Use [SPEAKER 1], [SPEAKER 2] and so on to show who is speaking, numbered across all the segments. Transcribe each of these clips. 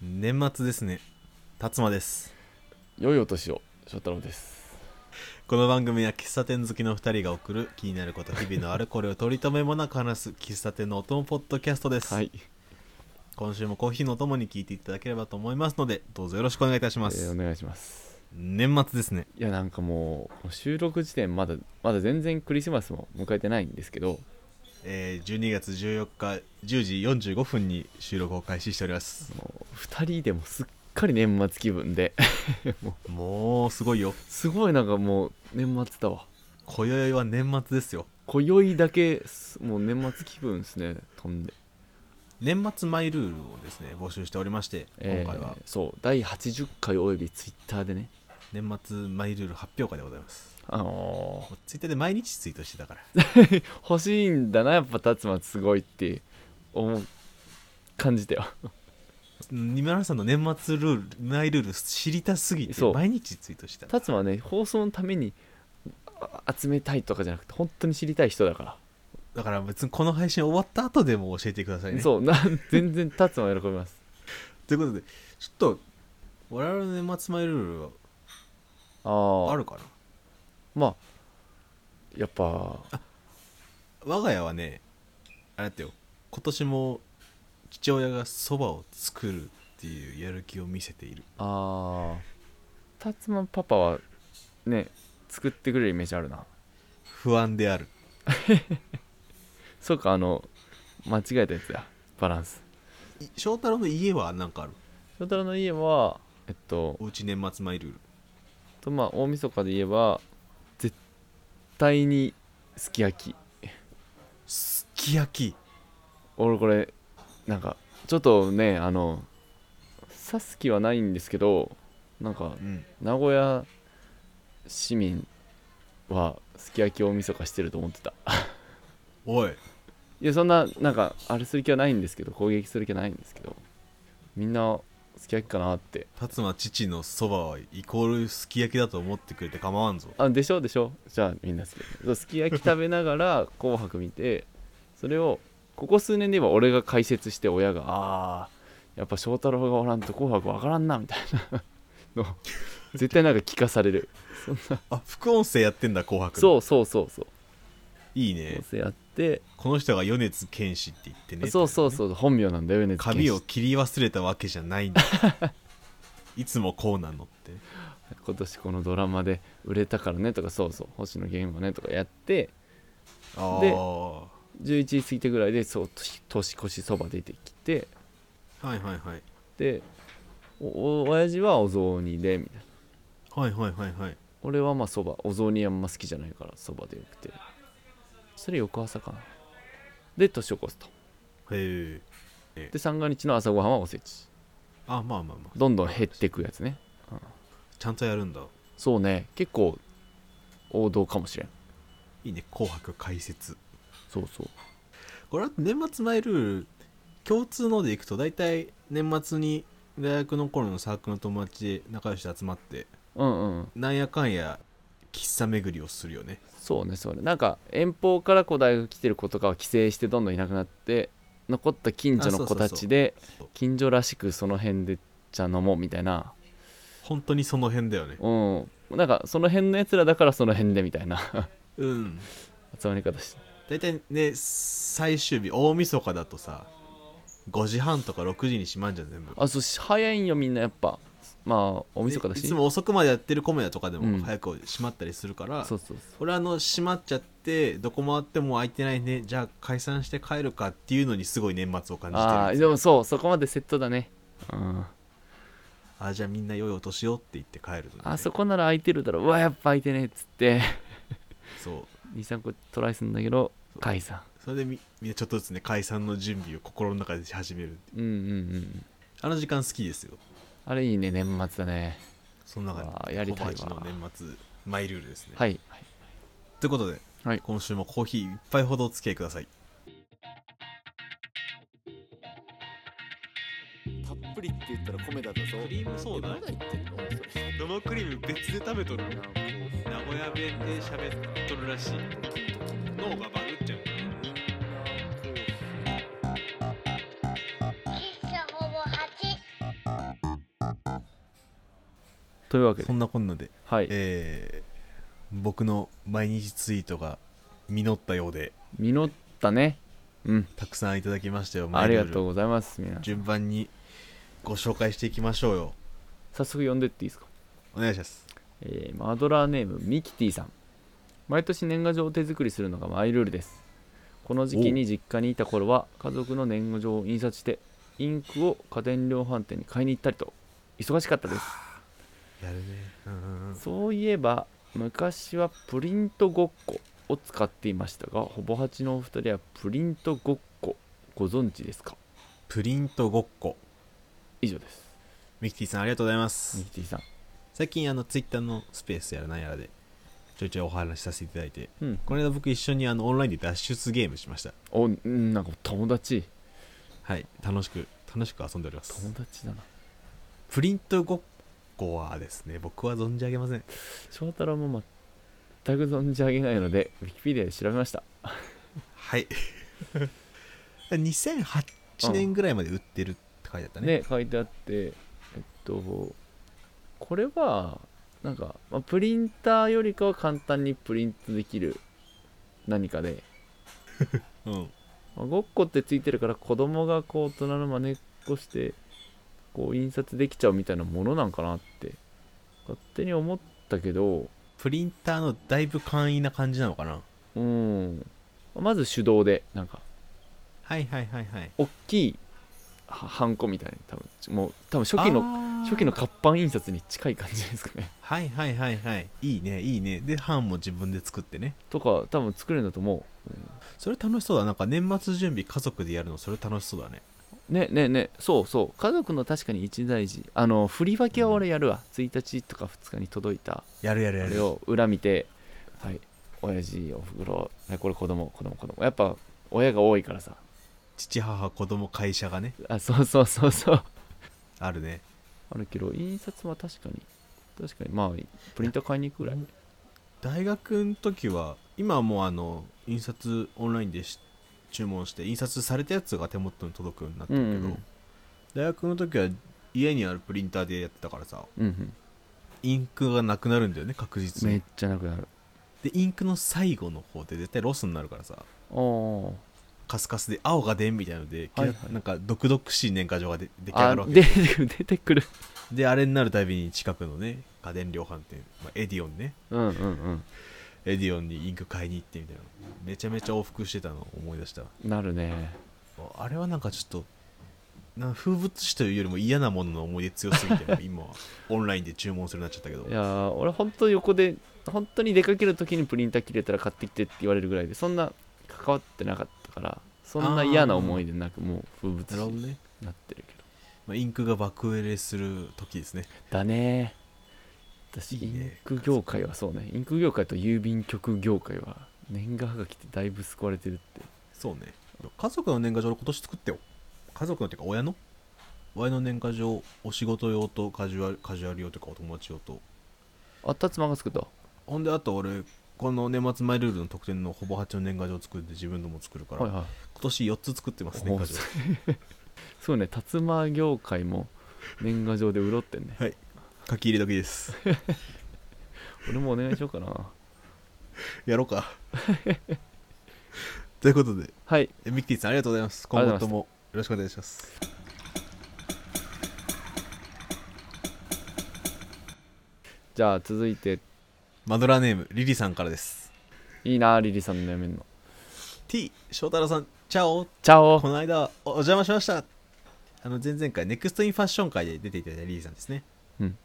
[SPEAKER 1] 年末ですね辰馬です
[SPEAKER 2] 良いお年を翔太郎です
[SPEAKER 1] この番組は喫茶店好きの2人が送る気になること日々のあれこれを取り留めもなく話す喫茶店のお供ポッドキャストです、
[SPEAKER 2] はい、
[SPEAKER 1] 今週もコーヒーのお供に聞いていただければと思いますのでどうぞよろしくお願いいたし
[SPEAKER 2] え
[SPEAKER 1] ます、
[SPEAKER 2] ーお願いします
[SPEAKER 1] 年末ですね
[SPEAKER 2] いやなんかもう収録時点まだまだ全然クリスマスも迎えてないんですけど
[SPEAKER 1] えー12月14日10時45分に収録を開始しております
[SPEAKER 2] もう2人でもすっかり年末気分で
[SPEAKER 1] もうすごいよ
[SPEAKER 2] すごいなんかもう年末だわ
[SPEAKER 1] 今宵は年末ですよ
[SPEAKER 2] 今宵だけすもう年末気分ですね飛んで、
[SPEAKER 1] 年末マイルールをですね募集しておりまして、
[SPEAKER 2] えー
[SPEAKER 1] 今回は
[SPEAKER 2] そう第80回およびツイッターでね
[SPEAKER 1] 年末マイルール発表会でございます
[SPEAKER 2] あのー
[SPEAKER 1] ツイッターで毎日ツイートしてたから
[SPEAKER 2] 欲しいんだなやっぱ達馬すごいって思う感じたよ
[SPEAKER 1] 二村さんの年末ルールマイルール知りたすぎて
[SPEAKER 2] そう
[SPEAKER 1] 毎日ツイートしてた
[SPEAKER 2] 達馬はね放送のためにあ集めたいとかじゃなくて本当に知りたい人だか
[SPEAKER 1] だから別にこの配信終わった後でも教えてくださ
[SPEAKER 2] ら、
[SPEAKER 1] いね
[SPEAKER 2] そうな 全然達馬は喜びます
[SPEAKER 1] ということでちょっと我々の年末マイルール
[SPEAKER 2] あ
[SPEAKER 1] は
[SPEAKER 2] あ
[SPEAKER 1] あるかな
[SPEAKER 2] まあやっぱ
[SPEAKER 1] 我が家はねあれだったよ今年も父親がそばを作るっていうやる気を見せている
[SPEAKER 2] ああ達馬パパはね作ってくれるイメージあるな
[SPEAKER 1] 不安である
[SPEAKER 2] そうかあの間違えたやつだバランス
[SPEAKER 1] い翔太郎の家は何かある
[SPEAKER 2] 翔太郎の家はえっと
[SPEAKER 1] おうち年末マイルール
[SPEAKER 2] とまあ大晦日で言えば絶対にすき焼き
[SPEAKER 1] すき焼き
[SPEAKER 2] 俺これなんかちょっとねあの指す気はないんですけどなんか
[SPEAKER 1] うん
[SPEAKER 2] 名古屋市民はすき焼きを大晦日してると思ってた
[SPEAKER 1] おい
[SPEAKER 2] いやそんななんかあれする気はないんですけど攻撃する気はないんですけどみんなすき焼きかなって
[SPEAKER 1] 辰馬父のそばはイコールすき焼きだと思ってくれて構わんぞ
[SPEAKER 2] あでしょでしょじゃあみんなすき焼きそうすき焼き食べながら「紅白」見てそれをここ数年で言えば俺が解説して親が「あーやっぱ翔太郎がおらんと紅白わからんな」み たいなの絶対なんか聞かされ るそんな
[SPEAKER 1] あ副音声やってんだ紅白の
[SPEAKER 2] そうそうそうそう
[SPEAKER 1] いい
[SPEAKER 2] そう
[SPEAKER 1] ね
[SPEAKER 2] やって
[SPEAKER 1] この人が米津玄師って言ってね
[SPEAKER 2] そうそう
[SPEAKER 1] う
[SPEAKER 2] そう本名なんだよね
[SPEAKER 1] 髪を切り忘れたわけじゃないん だいつもこうなのって
[SPEAKER 2] 今年このドラマで売れたからねとかそうそう星野源はねとかやって
[SPEAKER 1] あ
[SPEAKER 2] で
[SPEAKER 1] あ
[SPEAKER 2] 11時過ぎてぐらいでそう年年越しそば出てきて
[SPEAKER 1] はいはいはい
[SPEAKER 2] でおお親父はお雑煮でみたいな
[SPEAKER 1] はいはいはいはい
[SPEAKER 2] 俺はまあそばお雑煮あんま好きじゃないからそばでよくてそれ翌朝かなで年を越すと
[SPEAKER 1] へえ
[SPEAKER 2] で三が日の朝ごはんはおせち
[SPEAKER 1] あまあまあまあ
[SPEAKER 2] どんどん減ってくやつね
[SPEAKER 1] ちゃんとやるんだ
[SPEAKER 2] そうね結構王道かもしれん
[SPEAKER 1] いいね紅白解説
[SPEAKER 2] そうそう
[SPEAKER 1] これは年末マイルール共通のでいくと大体年末に大学の頃のサークルの友達で仲良しで集まって
[SPEAKER 2] うんうん
[SPEAKER 1] なんやかんや喫茶巡りをするよね
[SPEAKER 2] そうねそうねなんか遠方からこう大学来てる子とかは帰省してどんどんいなくなって残った近所の子たちで
[SPEAKER 1] そう
[SPEAKER 2] 近所らしくその辺で茶飲もうみたいな
[SPEAKER 1] 本当にその辺だよね
[SPEAKER 2] うんなんかその辺のやつらだからその辺でみたいな
[SPEAKER 1] うん
[SPEAKER 2] 集まり方して
[SPEAKER 1] 大体ね最終日大晦日だとさ5時半とか6時に閉まんじゃん全部
[SPEAKER 2] あそうし早いんよみんなやっぱまあおみそかだ
[SPEAKER 1] で
[SPEAKER 2] し
[SPEAKER 1] いつも遅くまでやってるコメダとかで
[SPEAKER 2] う
[SPEAKER 1] も
[SPEAKER 2] ん
[SPEAKER 1] 早く閉まったりするから、
[SPEAKER 2] そうそうそう
[SPEAKER 1] 俺はあの閉まっちゃってどこ回っても空いてないねじゃあ解散して帰るかっていうのにすごい年末を感じてる
[SPEAKER 2] ああでもそうそこまでセットだねうん
[SPEAKER 1] あじゃあみんな良いお年をって言って帰るのね、
[SPEAKER 2] あそこなら空いてるだろうわやっぱ空いてねえっつって
[SPEAKER 1] そう
[SPEAKER 2] 23個トライするんだけど解散
[SPEAKER 1] それでみみんなちょっとずつね解散の準備を心の中でし始める
[SPEAKER 2] うんうんうん
[SPEAKER 1] あの時間好きですよ
[SPEAKER 2] あれいいね年末だね
[SPEAKER 1] その中
[SPEAKER 2] あー
[SPEAKER 1] で
[SPEAKER 2] やりたいわ
[SPEAKER 1] 小鉢の年末マイルールですね、
[SPEAKER 2] はい
[SPEAKER 1] ということで、
[SPEAKER 2] はい
[SPEAKER 1] 今週もコーヒー一杯ほどお付き合いください
[SPEAKER 3] たっぷりって言ったら米だったぞ。
[SPEAKER 1] リームソーダ
[SPEAKER 3] えまだ言ってんの
[SPEAKER 1] 生クリーム別で食べとる名古屋弁で喋っとるらしい脳がバグっちゃう
[SPEAKER 4] 喫茶ほぼ8。
[SPEAKER 2] というわけで
[SPEAKER 1] そんなこんなで、
[SPEAKER 2] はい
[SPEAKER 1] えー僕の毎日ツイートが実ったようで
[SPEAKER 2] 実ったねうん
[SPEAKER 1] たくさんいただきましたよ
[SPEAKER 2] ありがと
[SPEAKER 1] う
[SPEAKER 2] うございますみんな
[SPEAKER 1] 順番にご紹介していきましょうよ
[SPEAKER 2] 早速呼んでっていいですか
[SPEAKER 1] お願いします
[SPEAKER 2] えーマドラーネームミキティさん毎年年賀状を手作りするのがマイルールですこの時期に実家にいた頃は家族の年賀状を印刷してインクを家電量販店に買いに行ったりと忙しかったです
[SPEAKER 1] やるねうんうんうん
[SPEAKER 2] そういえば昔はプリントごっこを使っていましたがほぼ八のお二人はプリントごっこご存知ですか
[SPEAKER 1] プリントごっこ
[SPEAKER 2] 以上です
[SPEAKER 1] ミキティさんありがとうございま
[SPEAKER 2] ミ
[SPEAKER 1] す
[SPEAKER 2] キティさん
[SPEAKER 1] 最近あのツイッターのスペースやらなんやらでちょいちょいお話しさせていただいて
[SPEAKER 2] うん
[SPEAKER 1] この間僕一緒にあのオンラインで脱出ゲームしました
[SPEAKER 2] おうんなんか友達
[SPEAKER 1] はい楽しく楽しく遊んでおります
[SPEAKER 2] 友達だな
[SPEAKER 1] プリントごっこはですね僕は存じ上げません
[SPEAKER 2] 翔太郎も全く存じ上げないのでウィキペディアで調べました
[SPEAKER 1] はい 2008年ぐらいまで売ってるって書いてあったね
[SPEAKER 2] ね書いてあってえっとこれはなんか、まあ、プリンターよりかは簡単にプリントできる何かで、
[SPEAKER 1] うん
[SPEAKER 2] まあごっこってついてるから子供がこう大人の真似っこしてこう印刷できちゃうみたいなものなんかなって勝手に思ったけど
[SPEAKER 1] プリンターのだいぶ簡易な感じなのかな
[SPEAKER 2] うんまず手動でなんか
[SPEAKER 1] はいはいはいはい
[SPEAKER 2] 大きいはハンコみたいな多分もう多分初期の
[SPEAKER 1] の
[SPEAKER 2] 初期の活版印刷に近い感じですかね
[SPEAKER 1] はいはいはいはいいいねいいねで版も自分で作ってね
[SPEAKER 2] とか多分作れるんだと思
[SPEAKER 1] それ楽しそうだなんか年末準備家族でやるのそれ楽しそうだね
[SPEAKER 2] うねねねそうそう家族の確かに一大事あの振り分けは俺やるわ、1日とか2日に届いた
[SPEAKER 1] やるやる
[SPEAKER 2] あ
[SPEAKER 1] や
[SPEAKER 2] れ
[SPEAKER 1] る
[SPEAKER 2] を裏見てはい親父おふくろはいこれ子供子供子供やっぱ親が多いからさ
[SPEAKER 1] 父母子供会社がね
[SPEAKER 2] あそうそうそうそう
[SPEAKER 1] あるね
[SPEAKER 2] あるけど印刷は確かに確かにまあプリント買いに行くぐらい
[SPEAKER 1] 大学の時は今はもうあの印刷オンラインでし注文して印刷されたやつが手元に届くようになったけど、
[SPEAKER 2] うんうんうん
[SPEAKER 1] 大学の時は家にあるプリンターでやってたからさ
[SPEAKER 2] うんうん
[SPEAKER 1] インクがなくなるんだよね確実
[SPEAKER 2] めっ
[SPEAKER 1] に
[SPEAKER 2] ちゃなくなる
[SPEAKER 1] でインクの最後の方で絶対ロスになるからさ
[SPEAKER 2] おー
[SPEAKER 1] カスカスで青が出んみたいので、
[SPEAKER 2] はいはい
[SPEAKER 1] なんか毒々しい年賀状がで出来上
[SPEAKER 2] あ
[SPEAKER 1] がるわけ
[SPEAKER 2] 出てくる出てくる
[SPEAKER 1] であれになるたびに近くのね家電量販店、まあ、エディオンね
[SPEAKER 2] うんうん
[SPEAKER 1] エディオンにインク買いに行ってみたいなめちゃめちゃ往復してたのを思い出したわ
[SPEAKER 2] うんなるね
[SPEAKER 1] あれはなんかちょっとな風物詩というよりも嫌なものの思い出強すぎて 今はオンラインで注文するようになっちゃったけど
[SPEAKER 2] いやー俺本当横で本当に出かける時にプリンター切れたら買ってきてって言われるぐらいでそんな関わってなかったからそんな嫌な思いでなくもう風物
[SPEAKER 1] なる
[SPEAKER 2] 詩
[SPEAKER 1] ほど
[SPEAKER 2] に
[SPEAKER 1] ね、
[SPEAKER 2] なってるけど
[SPEAKER 1] まあ、インクが爆売れする時ですね
[SPEAKER 2] だねー私
[SPEAKER 1] いい
[SPEAKER 2] イン
[SPEAKER 1] ね
[SPEAKER 2] ク業界はそうねインク業界と郵便局業界は年賀はがきってだいぶ救われてるって
[SPEAKER 1] そうね家族の年賀状を今年作ってよ家族のっていうか親の親の年賀状お仕事用とカジュアルカジュアル用というかお友達用と
[SPEAKER 2] あったつまが作った
[SPEAKER 1] ほんであと俺この年末マイルールの特典のほぼ8の年賀状を作って自分のも作るから、
[SPEAKER 2] はいはい
[SPEAKER 1] 今年4つ作ってます
[SPEAKER 2] お
[SPEAKER 1] 年賀状
[SPEAKER 2] そうねたつま業界も年賀状で潤ってんね
[SPEAKER 1] 書き入れ時です
[SPEAKER 2] 俺もお願いしようかな
[SPEAKER 1] やろうかということで
[SPEAKER 2] はい
[SPEAKER 1] えミキティさんありがとうございます。
[SPEAKER 2] あ
[SPEAKER 1] 今
[SPEAKER 2] り
[SPEAKER 1] 後と
[SPEAKER 2] がとうございました
[SPEAKER 1] もよろしくお願いします。
[SPEAKER 2] じゃあ続いて
[SPEAKER 1] マドラーネームリリさんからです。
[SPEAKER 2] いいなリリさんのやめんの
[SPEAKER 1] T 翔太郎さん、チャオ。
[SPEAKER 2] チャオ
[SPEAKER 1] この間おお邪魔しました。あの前々回ネクストインファッション会で出ていただいたリリさんですね。
[SPEAKER 2] うん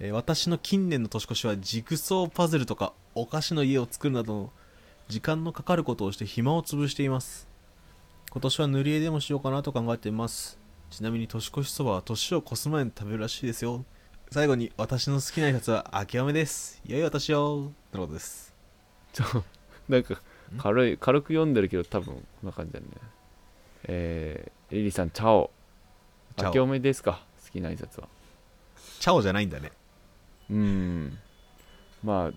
[SPEAKER 1] えー私の近年の年越しはジグソーパズルとかお菓子の家を作るなどの時間のかかることをして暇を潰しています。今年は塗り絵でもしようかなと考えています。ちなみに年越しそばは年を越す前に食べるらしいですよ。最後に私の好きな一冊は諦めです。良いお年を。とのことです。
[SPEAKER 2] ちょなんか
[SPEAKER 1] ん
[SPEAKER 2] 軽い軽く読んでるけど多分こんな感じだねえー、リリさんチャオ
[SPEAKER 1] チャオ
[SPEAKER 2] 明けおめですか好きな挨拶は
[SPEAKER 1] チャオじゃないんだね。
[SPEAKER 2] うーんまあ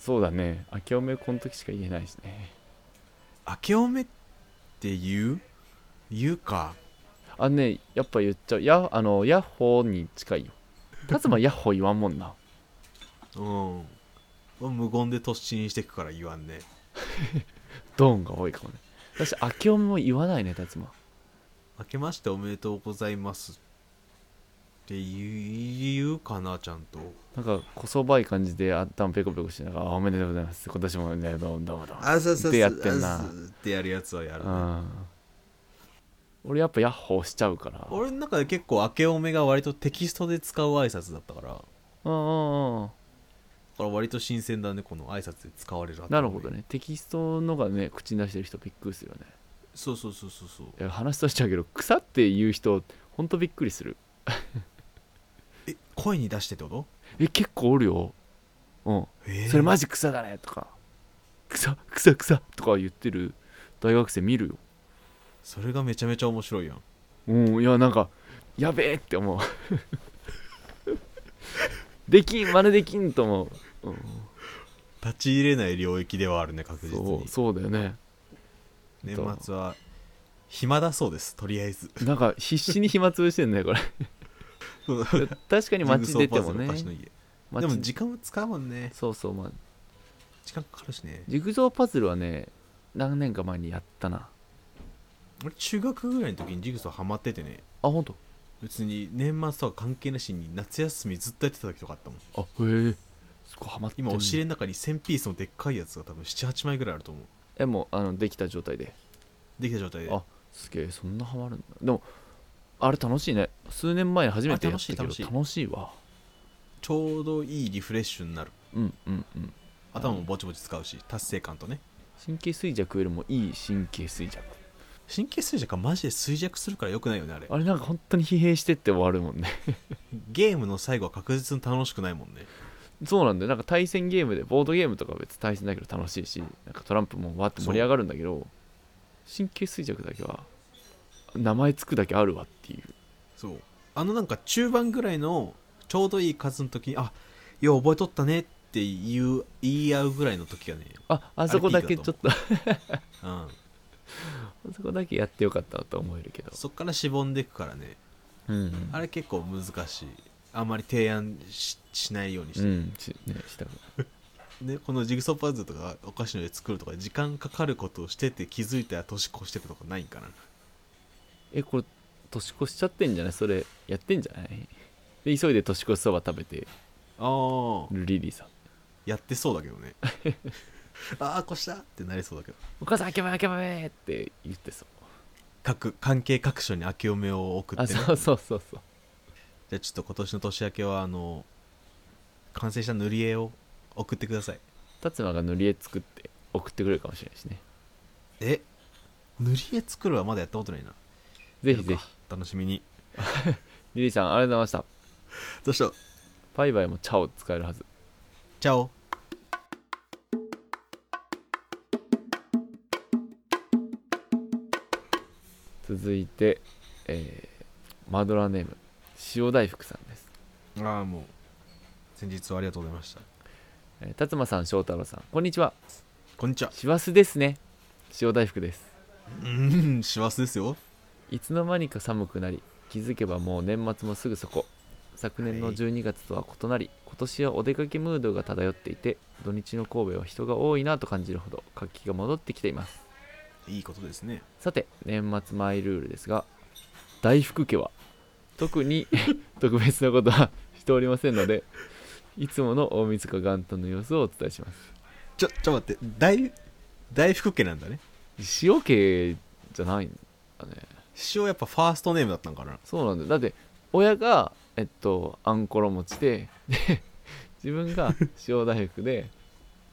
[SPEAKER 2] そうだね明けおめこの時しか言えないしね
[SPEAKER 1] 明けおめって言う言うか。
[SPEAKER 2] あねやっぱ言っちゃうやあのヤッホーに近いよ達馬ヤッホー言わんもんな
[SPEAKER 1] うん無言で突進してくから言わんね
[SPEAKER 2] ドーンが多いかもね私明けおめも言わないね達馬
[SPEAKER 1] 明けましておめでとうございますって言うかなちゃんと
[SPEAKER 2] なんかこそばい感じであったんペコペコしながらあ「おめでとうございます今年もねどうもどうもどうも」
[SPEAKER 1] あそうそうそう
[SPEAKER 2] ってやってんな
[SPEAKER 1] あそうってやるやつはやる、
[SPEAKER 2] う
[SPEAKER 1] ね
[SPEAKER 2] ん俺やっぱヤッホーしちゃうからうん
[SPEAKER 1] 俺の中で結構明けおめが割とテキストで使う挨拶だったからだ
[SPEAKER 2] うんうん
[SPEAKER 1] から割と新鮮だねこの挨拶で使われる
[SPEAKER 2] なるほどねテキストのがね口に出してる人びっくりするよね
[SPEAKER 1] そうそうそうそうそう
[SPEAKER 2] いや話としちゃうけど草って言う人ほんとびっくりする
[SPEAKER 1] え声に出してってこと
[SPEAKER 2] え結構おるようん
[SPEAKER 1] えー
[SPEAKER 2] それマジ草だねとか草草草とか言ってる大学生見るよ
[SPEAKER 1] それがめちゃめちゃ面白いやん
[SPEAKER 2] うんいやなんかやべえって思う できんまるできんと思う、うん
[SPEAKER 1] 立ち入れない領域ではあるね確実
[SPEAKER 2] そ
[SPEAKER 1] に
[SPEAKER 2] うそうだよね
[SPEAKER 1] 年末は暇だそうですとりあえず
[SPEAKER 2] なんか必死に暇つぶしてんねこれ 確かに街出てもね
[SPEAKER 1] ジグソーパズルの家
[SPEAKER 2] 街
[SPEAKER 1] でも時間は使うもんね
[SPEAKER 2] そうそうまあ
[SPEAKER 1] 時間かかるしね
[SPEAKER 2] ジグゾーパズルはね何年か前にやったな
[SPEAKER 1] 俺中学ぐらいの時にジグソーハマっててね
[SPEAKER 2] あ本当。
[SPEAKER 1] 別に年末とか関係なしに夏休みずっとやってた時とかあったもん
[SPEAKER 2] あへえすごいハマってんね
[SPEAKER 1] 今お尻の中に1000ピースのでっかいやつが多分78枚ぐらいあると思う
[SPEAKER 2] えもうあのできた状態で
[SPEAKER 1] できた状態で
[SPEAKER 2] あすげえそんなハマるんだでもあれ楽しいね数年前に初めてやったけど
[SPEAKER 1] あ
[SPEAKER 2] 楽
[SPEAKER 1] 楽し
[SPEAKER 2] し
[SPEAKER 1] い
[SPEAKER 2] い
[SPEAKER 1] 楽しい
[SPEAKER 2] わ
[SPEAKER 1] ちょうどいいリフレッシュになる
[SPEAKER 2] うんうんうん
[SPEAKER 1] 頭もぼちぼち使うし達成感とね
[SPEAKER 2] 神経衰弱よりもいい神経衰弱
[SPEAKER 1] 神経衰弱はマジで衰弱するからよくないよねあれ
[SPEAKER 2] あれなんか本当に疲弊してって終わるもんね
[SPEAKER 1] ゲームの最後は確実に楽しくないもんね
[SPEAKER 2] そうなんだよなんか対戦ゲームでボードゲームとかは別に対戦だけど楽しいしなんかトランプもわーって盛り上がるんだけど神経衰弱だけは名前つくだけあるわっていう
[SPEAKER 1] そうあのなんか中盤ぐらいのちょうどいい数の時にあよう覚えとったねって言う言い合うぐらいの時がね
[SPEAKER 2] ああそこだけちょっとあ
[SPEAKER 1] うん
[SPEAKER 2] そこだけやってよかったなと思えるけど、
[SPEAKER 1] そっからしぼんでいくからね
[SPEAKER 2] うん
[SPEAKER 1] あれ結構難しいあんまり提案ししないようにし
[SPEAKER 2] う
[SPEAKER 1] て、
[SPEAKER 2] んしねした
[SPEAKER 1] でこのジグソーパズルとかお菓子の絵作るとか時間かかることをしてて気づいたら年越してるとかないんかな
[SPEAKER 2] えこれ年越しちゃってんじゃないそれやってんじゃないで急いで年越しそば食べて
[SPEAKER 1] ああ
[SPEAKER 2] るリリーさん
[SPEAKER 1] やってそうだけど ねああ越したってなりそうだけど
[SPEAKER 2] 「お母さんあけばめあけばめ!」って言ってそう
[SPEAKER 1] 各関係各所に明けおめを送っ
[SPEAKER 2] あ
[SPEAKER 1] てね
[SPEAKER 2] そうそうそう そう
[SPEAKER 1] じゃあちょっと今年の年明けはあの完成した塗り絵を送ってください
[SPEAKER 2] 辰馬が塗り絵作って送ってくれるかもしれないしね
[SPEAKER 1] え塗り絵作るはまだやったことないな
[SPEAKER 2] ぜひぜひ
[SPEAKER 1] 楽しみに
[SPEAKER 2] リリーさんありがとうございました
[SPEAKER 1] どうした
[SPEAKER 2] バイバイも「チャオ」使えるはず
[SPEAKER 1] チャオ
[SPEAKER 2] 続いて、えーマドラーネーム塩大福さんです
[SPEAKER 1] ああもう先日はありがとうございました
[SPEAKER 2] えー辰馬さん翔太郎さんこんにちは
[SPEAKER 1] こんにちは
[SPEAKER 2] 師走ですね塩大福です
[SPEAKER 1] うーん幸せですよ
[SPEAKER 2] いつの間にか寒くなり気づけばもう年末もすぐそこ昨年
[SPEAKER 1] は
[SPEAKER 2] の
[SPEAKER 1] い
[SPEAKER 2] 12月とは異なり、今年はお出かけムードが漂っていて土日の神戸は人が多いなと感じるほど活気が戻ってきています
[SPEAKER 1] いいことですね
[SPEAKER 2] さて年末マイルールですが大福家は特に 特別なことはしておりませんのでいつもの大晦日元旦の様子をお伝えします
[SPEAKER 1] ちょちょっと待って大大福家なんだね
[SPEAKER 2] 塩家じゃないんだね
[SPEAKER 1] 師匠やっぱファーストネームだったんかな
[SPEAKER 2] そうなんだよだって親がえっとあんころ餅でで自分が塩大福で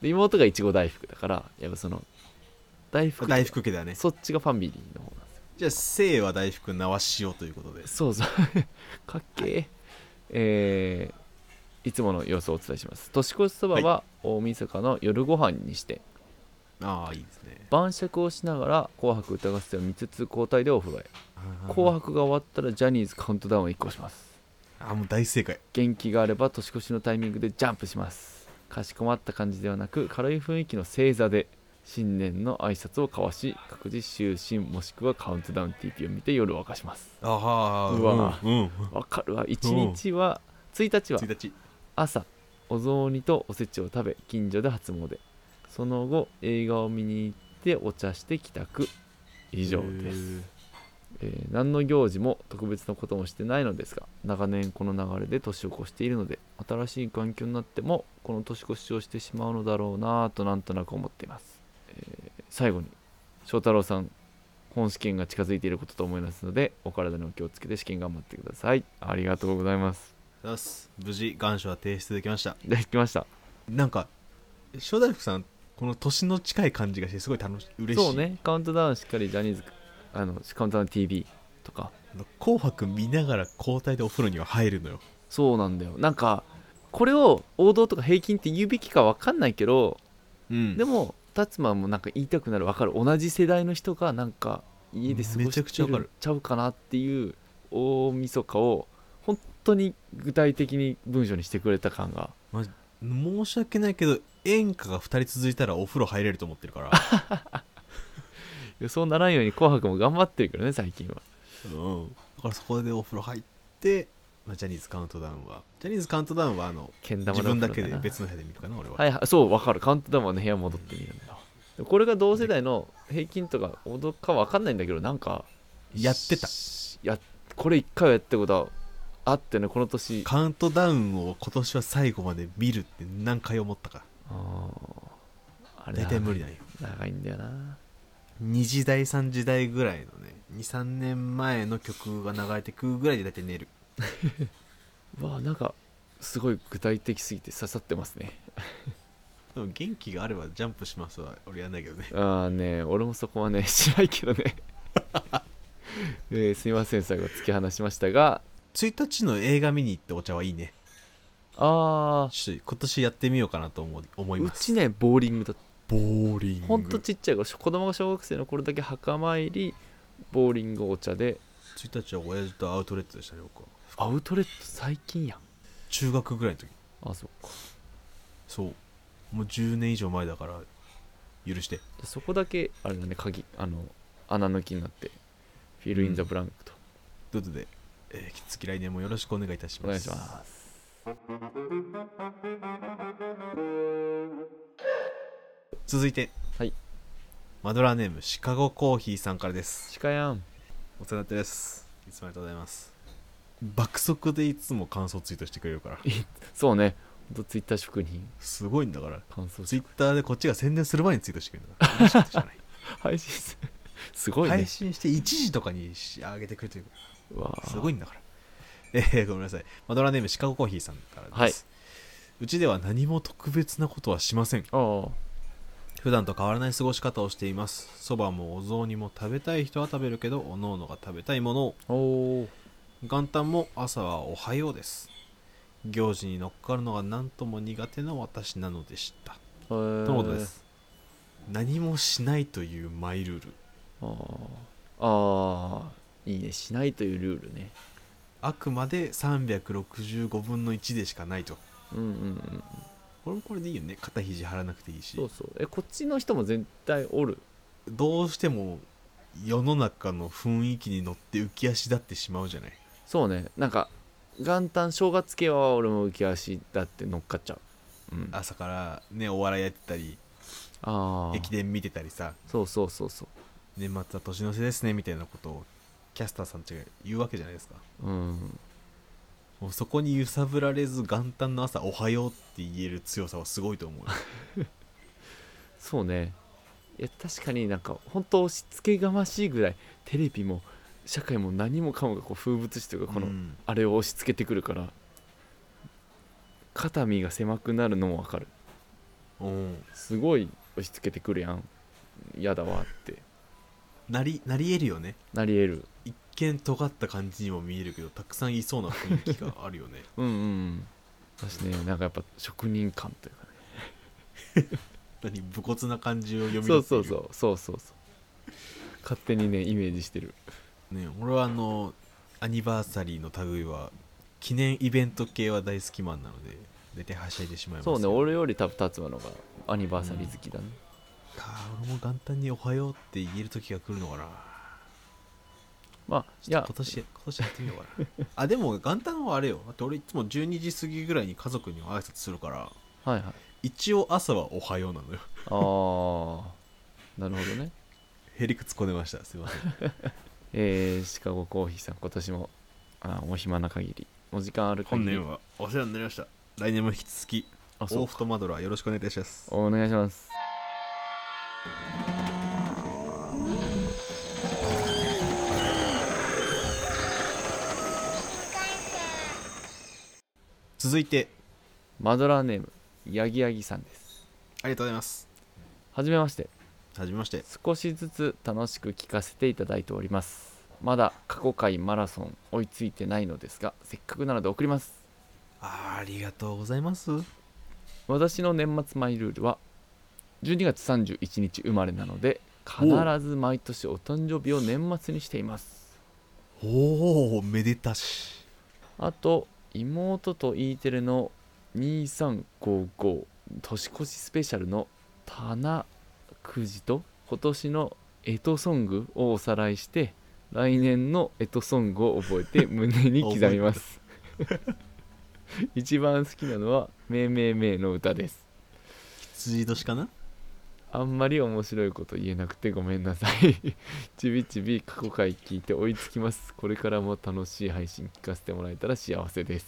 [SPEAKER 2] で妹がいちご大福だからやっぱその大福
[SPEAKER 1] 大福家だね
[SPEAKER 2] そっちがファミリーの方なんですよ
[SPEAKER 1] じゃあ姓は大福名は塩ということで
[SPEAKER 2] そうそう かっけええーいつもの様子をお伝えします年越しそばは大晦日の夜ご飯にして
[SPEAKER 1] ああいいですね
[SPEAKER 2] 晩酌をしながら「紅白歌合戦」を見つつ交代でお風呂へ「紅白」が終わったらジャニーズカウントダウンを一個します
[SPEAKER 1] ああもう大正解
[SPEAKER 2] 元気があれば年越しのタイミングでジャンプしますかしこまった感じではなく軽い雰囲気の正座で新年の挨拶を交わし各自就寝もしくはカウントダウン TP を見て夜を明かします
[SPEAKER 1] ああ
[SPEAKER 2] うわ
[SPEAKER 1] うん、うん
[SPEAKER 2] わかるわ一日は1日は
[SPEAKER 1] 1日
[SPEAKER 2] 朝お雑煮とおせちを食べ近所で初詣その後映画を見に行ってお茶して帰宅以上です、
[SPEAKER 1] す
[SPEAKER 2] えー何の行事も特別なこともしてないのですが長年この流れで年を越しているので新しい環境になってもこの年越しをしてしまうのだろうなぁとなんとなく思っています、えー最後に翔太郎さん本試験が近づいていることと思いますのでお体にお気をつけて試験頑張ってくださいありがとうございます
[SPEAKER 1] よし無事願書は提出できました
[SPEAKER 2] じゃあ引きました
[SPEAKER 1] なんか正大福さんこの年の近い感じがしてすごい楽し嬉しい
[SPEAKER 2] そうねカウントダウンしっかりジャニーズあのカウントダウン TV とか
[SPEAKER 1] あの紅白見ながら交代でお風呂には入るのよ
[SPEAKER 2] そうなんだよなんかこれを王道とか平均って言うべきか分かんないけど
[SPEAKER 1] うん
[SPEAKER 2] でも達馬もなんか言いたくなる分かる同じ世代の人がなんか家で過ご
[SPEAKER 1] めちゃくちゃ分
[SPEAKER 2] して
[SPEAKER 1] か
[SPEAKER 2] る
[SPEAKER 1] る
[SPEAKER 2] ちゃうかなっていう大晦日を本当に具体的に文章にしてくれた感が
[SPEAKER 1] 申し訳ないけど演歌が2人続いたらお風呂入れると思ってるから
[SPEAKER 2] いやそうならんように「紅白」も頑張ってるけどね最近は
[SPEAKER 1] うんだからそこでお風呂入って、まあ、ジャニーズカウントダウンはジャニーズカウントダウンはあの
[SPEAKER 2] けん玉
[SPEAKER 1] 自分だけで
[SPEAKER 2] な
[SPEAKER 1] 別の部屋で見るかな俺は、
[SPEAKER 2] はいはい、そう、わかる。カウントダウンはね、部屋戻ってみるんだ。これが同世代の平均とか、脅かわかんないんだけど、なんか、
[SPEAKER 1] やってた
[SPEAKER 2] や、これ一回はやったことはあってね、この年。
[SPEAKER 1] カウントダウンを今年は最後まで見るって何回思ったか
[SPEAKER 2] あーあれ
[SPEAKER 1] 大
[SPEAKER 2] だ
[SPEAKER 1] 体無理なんよ
[SPEAKER 2] 長いんだよな。
[SPEAKER 1] 2時代3時代ぐらいのね23年前の曲が流れてくぐらいで大体寝る
[SPEAKER 2] うわあ、なんか、すごい具体的すぎて刺さってますね。
[SPEAKER 1] でも元気があればジャンプしますは俺やんないけどね
[SPEAKER 2] ああね、俺もそこはね、 しないけどね。えーすいません、最後、突き放しましたが、
[SPEAKER 1] 1日の映画見に行ってお茶はいいね
[SPEAKER 2] ああ、
[SPEAKER 1] ちょっと今年やってみようかなと思う思いうま
[SPEAKER 2] ち
[SPEAKER 1] す
[SPEAKER 2] ね、ボーリングだった
[SPEAKER 1] ボーリング
[SPEAKER 2] ほんとちっちゃい頃子供が小学生の頃だけ墓参りボーリングお茶で
[SPEAKER 1] 1日は親父とアウトレットでしたね僕は
[SPEAKER 2] アウトレット最近やん
[SPEAKER 1] 中学ぐらいの時
[SPEAKER 2] あそっか
[SPEAKER 1] そうもう10年以上前だから許して
[SPEAKER 2] でそこだけあれだね鍵あの穴抜きになってフィール・イン・ザ・ブランクと、
[SPEAKER 1] ということで、えー、きつき来年もよろしくお願いいたします
[SPEAKER 2] お願いします
[SPEAKER 1] 続いて
[SPEAKER 2] はい
[SPEAKER 1] マドラーネームシカゴコーヒーさんからです
[SPEAKER 2] 近やん
[SPEAKER 1] お世話になってですいつもありがとうございます爆速でいつも感想ツイートしてくれるから
[SPEAKER 2] そうねほんとツイッター職人
[SPEAKER 1] すごいんだから
[SPEAKER 2] 感想
[SPEAKER 1] ツイッターでこっちが宣伝する前にツイートしてくれるんだから嬉しいことじゃない
[SPEAKER 2] 配信す すごいね
[SPEAKER 1] 配信して1時とかにし上げてくれてる
[SPEAKER 2] うわあ
[SPEAKER 1] すごいんだから。え ー、ごめんなさい。マドラーネームシカゴコーヒーさんからです。
[SPEAKER 2] はいう
[SPEAKER 1] ちでは何も特別なことはしません。
[SPEAKER 2] あー
[SPEAKER 1] 普段と変わらない過ごし方をしています。そばもお雑煮も食べたい人は食べるけど、おのおのが食べたいものを。
[SPEAKER 2] おー
[SPEAKER 1] 元旦も朝はおはようです。行事に乗っかるのが何とも苦手な私なのでした。
[SPEAKER 2] えー
[SPEAKER 1] とのことです。何もしないというマイルール。
[SPEAKER 2] あーあーいいねしないというルールね
[SPEAKER 1] あくまで365分の1でしかないと。
[SPEAKER 2] うんうんうん
[SPEAKER 1] これもこれでいいよね。肩肘張らなくていいし。
[SPEAKER 2] そうそうえこっちの人も絶対おる
[SPEAKER 1] どうしても世の中の雰囲気に乗って浮き足立ってしまうじゃない
[SPEAKER 2] そうねなんか元旦正月系は俺も浮き足だって乗っかっちゃう、うん、あ
[SPEAKER 1] 朝からねお笑いやってたり
[SPEAKER 2] あー
[SPEAKER 1] 駅伝見てたりさ
[SPEAKER 2] そうそうそうそ
[SPEAKER 1] 年末は年の瀬ですねみたいなことをキャスターさんたちが言うわけじゃないですか
[SPEAKER 2] ううん
[SPEAKER 1] もうそこに揺さぶられず元旦の朝「おはよう」って言える強さはすごいと思う
[SPEAKER 2] そうねいや確かになんか本当押し付けがましいぐらいテレビも社会も何もかもがこう風物詩というかこの、
[SPEAKER 1] うん
[SPEAKER 2] あれを押し付けてくるから肩身が狭くなるのもわかる
[SPEAKER 1] うん
[SPEAKER 2] すごい押し付けてくるやん嫌だわって
[SPEAKER 1] なりなりえるよね
[SPEAKER 2] なり得る
[SPEAKER 1] 一見尖った感じにも見えるけどたくさんいそうな雰囲気がある よね
[SPEAKER 2] うんうんうん私ねなんかやっぱ職人感というかね
[SPEAKER 1] 何武骨な感じを読み
[SPEAKER 2] そ
[SPEAKER 1] 取っ
[SPEAKER 2] う
[SPEAKER 1] てい
[SPEAKER 2] そ
[SPEAKER 1] る
[SPEAKER 2] うそうそうそうそう勝手にねイメージしてる
[SPEAKER 1] ね俺はあのアニバーサリーの類は記念イベント系は大好きマンなので大体はしゃいでしまいます
[SPEAKER 2] そ
[SPEAKER 1] よ
[SPEAKER 2] うね俺より多分達馬の方がアニバーサリー好きだね、
[SPEAKER 1] あー俺も元旦に「おはよう」って言える時が来るのかな
[SPEAKER 2] まあい
[SPEAKER 1] いや
[SPEAKER 2] や
[SPEAKER 1] 今年今年やってみようかな あでも元旦はあれよだって俺いつも12時過ぎぐらいに家族に挨拶するから
[SPEAKER 2] はいはい
[SPEAKER 1] 一応朝はおはようなのよ
[SPEAKER 2] ああなるほどね
[SPEAKER 1] へりくつこねましたすいま せん
[SPEAKER 2] えーシカゴコーヒーさん今年もあーお暇な限りお時間ある限り
[SPEAKER 1] はお世話になりました来年も引き続き
[SPEAKER 2] あそ
[SPEAKER 1] オ
[SPEAKER 2] う
[SPEAKER 1] フトマドラーよろしくお願いいたします
[SPEAKER 2] お願いします
[SPEAKER 1] 続いて
[SPEAKER 2] マドラーネームヤギヤギさんです
[SPEAKER 1] ありがとうございます
[SPEAKER 2] はじめまして
[SPEAKER 1] はじめまして
[SPEAKER 2] 少しずつ楽しく聞かせていただいておりますまだ過去回マラソン追いついてないのですがせっかくなので送ります
[SPEAKER 1] あーありがとうございます
[SPEAKER 2] 私の年末マイルールは12月31日生まれなので必ず毎年お誕生日を年末にしています
[SPEAKER 1] おおめでたし
[SPEAKER 2] あと妹と E テレの2355年越しスペシャルの棚くじと今年のエトソングをおさらいして来年のエトソングを覚えて胸に刻みます 一番好きなのは「めいめいめい」の歌です
[SPEAKER 1] 羊年かな
[SPEAKER 2] あんまり面白いこと言えなくてごめんなさい。 ちびちび過去回聞いて追いつきます。これからも楽しい配信聞かせてもらえたら幸せです。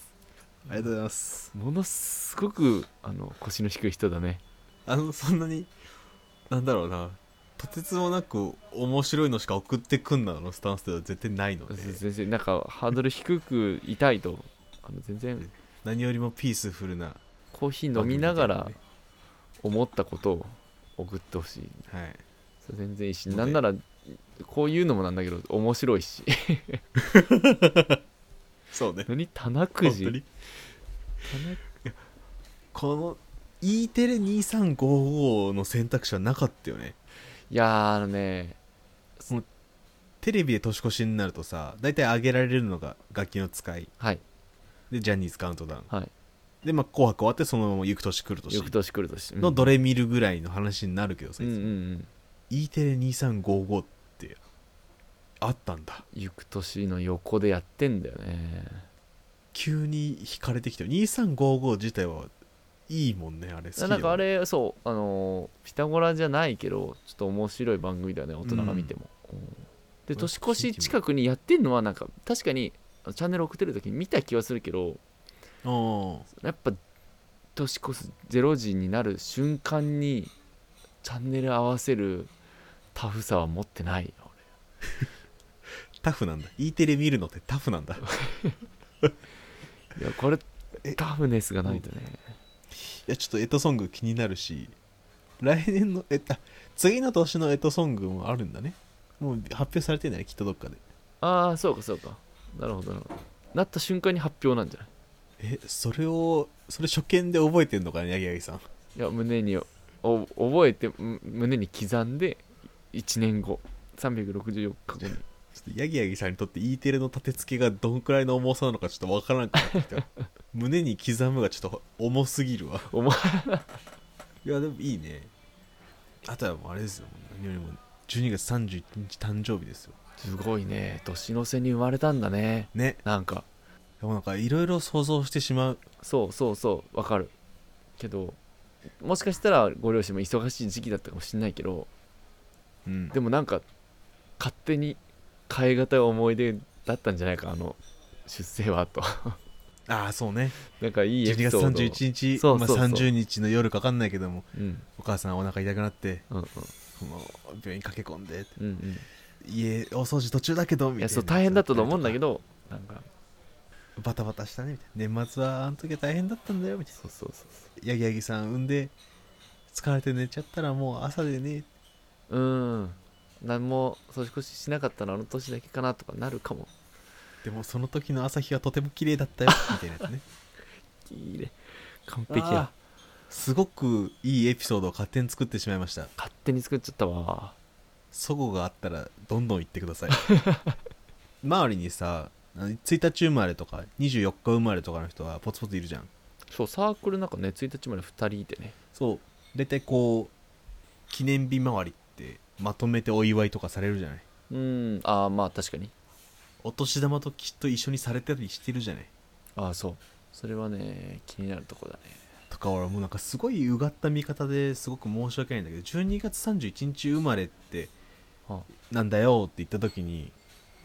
[SPEAKER 1] ありがとうございます
[SPEAKER 2] ものすごくあの腰の低い人だね。
[SPEAKER 1] あのそんなになんだろうなとてつもなく面白いのしか送ってくんなのスタンスでは絶対ないので
[SPEAKER 2] 全然なんかハードル低く痛いとあの全然
[SPEAKER 1] 何よりもピースフルな
[SPEAKER 2] コーヒー飲みながら思ったことを送ってほしい。
[SPEAKER 1] はい
[SPEAKER 2] それ全然いいし、なんならこういうのもなんだけど面白いし。
[SPEAKER 1] そうね
[SPEAKER 2] 何棚くじ
[SPEAKER 1] 本当にこの E テレ2355の選択肢はなかったよね
[SPEAKER 2] いやーあのね、
[SPEAKER 1] テレビで年越しになるとさ大体上げられるのが楽器の使い
[SPEAKER 2] はい
[SPEAKER 1] でジャニーズカウントダウン
[SPEAKER 2] はい。
[SPEAKER 1] でまあ紅白終わってそのまま行く年来る年
[SPEAKER 2] 翌年来る年うん
[SPEAKER 1] のどれ見るぐらいの話になるけどさ、
[SPEAKER 2] うんうんうん、
[SPEAKER 1] E テレ2355ってあったんだ
[SPEAKER 2] 行く年の横でやってんだよね
[SPEAKER 1] 急に惹かれてきたよ2355自体はいいもんねあれ好きだよね
[SPEAKER 2] なんかあれそうあのーピタゴラじゃないけどちょっと面白い番組だよね大人が見ても、うんで
[SPEAKER 1] 俺
[SPEAKER 2] 年越し近くにやってんのはなんか確かにあのチャンネル送ってる時に見た気はするけど
[SPEAKER 1] うん
[SPEAKER 2] やっぱ年越す0時になる瞬間にチャンネル合わせるタフさは持ってないよ
[SPEAKER 1] タフなんだ E テレ見るのってタフなんだい
[SPEAKER 2] 俺いやこれ
[SPEAKER 1] え
[SPEAKER 2] タフネスがないとね
[SPEAKER 1] やちょっとエトソング気になるし来年のえあ次の年のエトソングもあるんだねもう発表されてんだねきっとどっかで
[SPEAKER 2] ああそうかそうかなるほどなるほどなった瞬間に発表なんじゃない
[SPEAKER 1] えそれをそれ初見で覚えてんのかねヤギヤギさん
[SPEAKER 2] いや胸にお覚えてむ胸に刻んで1年後364日後に
[SPEAKER 1] ちょっとヤギヤギさんにとって E テレの立て付けがどんくらいの重さなのかちょっとわからなくなってきた 胸に刻むがちょっと重すぎるわ
[SPEAKER 2] お前
[SPEAKER 1] いやでもいいねあとはもうあれですよ何よりも12月31日誕生日ですよ
[SPEAKER 2] すごいね年の瀬に生まれたんだね
[SPEAKER 1] ね
[SPEAKER 2] なんか
[SPEAKER 1] でもなんかいろいろ想像してしまう
[SPEAKER 2] そうそうそうわかるけどもしかしたらご両親も忙しい時期だったかもしれないけど
[SPEAKER 1] うん
[SPEAKER 2] でもなんか勝手に変え難い思い出だったんじゃないかあの出世はと
[SPEAKER 1] ああそうね
[SPEAKER 2] なんかいいエピ
[SPEAKER 1] 12月
[SPEAKER 2] ソード
[SPEAKER 1] 31日
[SPEAKER 2] そうそうそう
[SPEAKER 1] まあ、30日の夜かかんないけども
[SPEAKER 2] うん
[SPEAKER 1] お母さんお腹痛くなって
[SPEAKER 2] うんうん
[SPEAKER 1] もう病院駆け込んで
[SPEAKER 2] うんうん
[SPEAKER 1] 家お掃除途中だけどみたい
[SPEAKER 2] い
[SPEAKER 1] な
[SPEAKER 2] やそう大変だったと思うんだけどなんか
[SPEAKER 1] バタバタしたねみたいな年末はあの時は大変だったんだよみたい
[SPEAKER 2] そうそうそうそ
[SPEAKER 1] なヤギヤギさん産んで疲れて寝ちゃったらもう朝でね
[SPEAKER 2] ううん何も年越ししなかったのあの年だけかなとかなるかも
[SPEAKER 1] でもその時の朝日はとても綺麗だったよみたいなやつね
[SPEAKER 2] いいね完璧だ
[SPEAKER 1] あーすごくいいエピソードを勝手に作ってしまいました
[SPEAKER 2] 勝手に作っちゃったわ
[SPEAKER 1] そごがあったらどんどん言ってください周りにさあの1日生まれとか24日生まれとかの人はポツポツいるじゃん
[SPEAKER 2] そうサークルなんかね1日まで2人いてね
[SPEAKER 1] そう大体こう記念日周りってまとめてお祝いとかされるじゃない
[SPEAKER 2] うんああまあ確かに
[SPEAKER 1] お年玉ときっと一緒にされたりしてるじゃない
[SPEAKER 2] ああそうそれはね気になるとこだね
[SPEAKER 1] とか俺もうなんかすごいうがった見方ですごく申し訳ないんだけど12月31日生まれって
[SPEAKER 2] は
[SPEAKER 1] なんだよって言った時に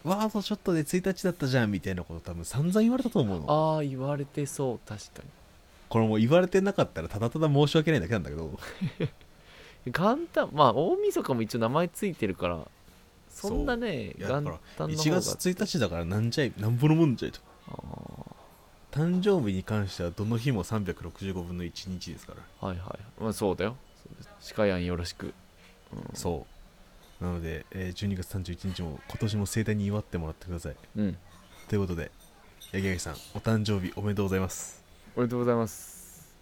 [SPEAKER 1] わーあとちょっとで1日だったじゃんみたいなこと多分散々言われたと思うの
[SPEAKER 2] ああ言われてそう確か
[SPEAKER 1] これもう言われてなかったらただただ申し訳ないだけなんだけど
[SPEAKER 2] に元旦まあ大晦日も一応名前ついてるからそんなね
[SPEAKER 1] いやだか
[SPEAKER 2] 元
[SPEAKER 1] ら
[SPEAKER 2] 旦の
[SPEAKER 1] 1
[SPEAKER 2] 方が
[SPEAKER 1] 月1日だからなんじゃいなんぼのもんじゃいと
[SPEAKER 2] あ
[SPEAKER 1] 誕生日に関してはどの日も365分の1日ですから
[SPEAKER 2] あはいはいまあそうだよシカヤンよろしく
[SPEAKER 1] そうなので、えー12月31日も今年も盛大に祝ってもらってください
[SPEAKER 2] うん
[SPEAKER 1] ということで八木さんお誕生日おめでとうございます
[SPEAKER 2] おめでとうございます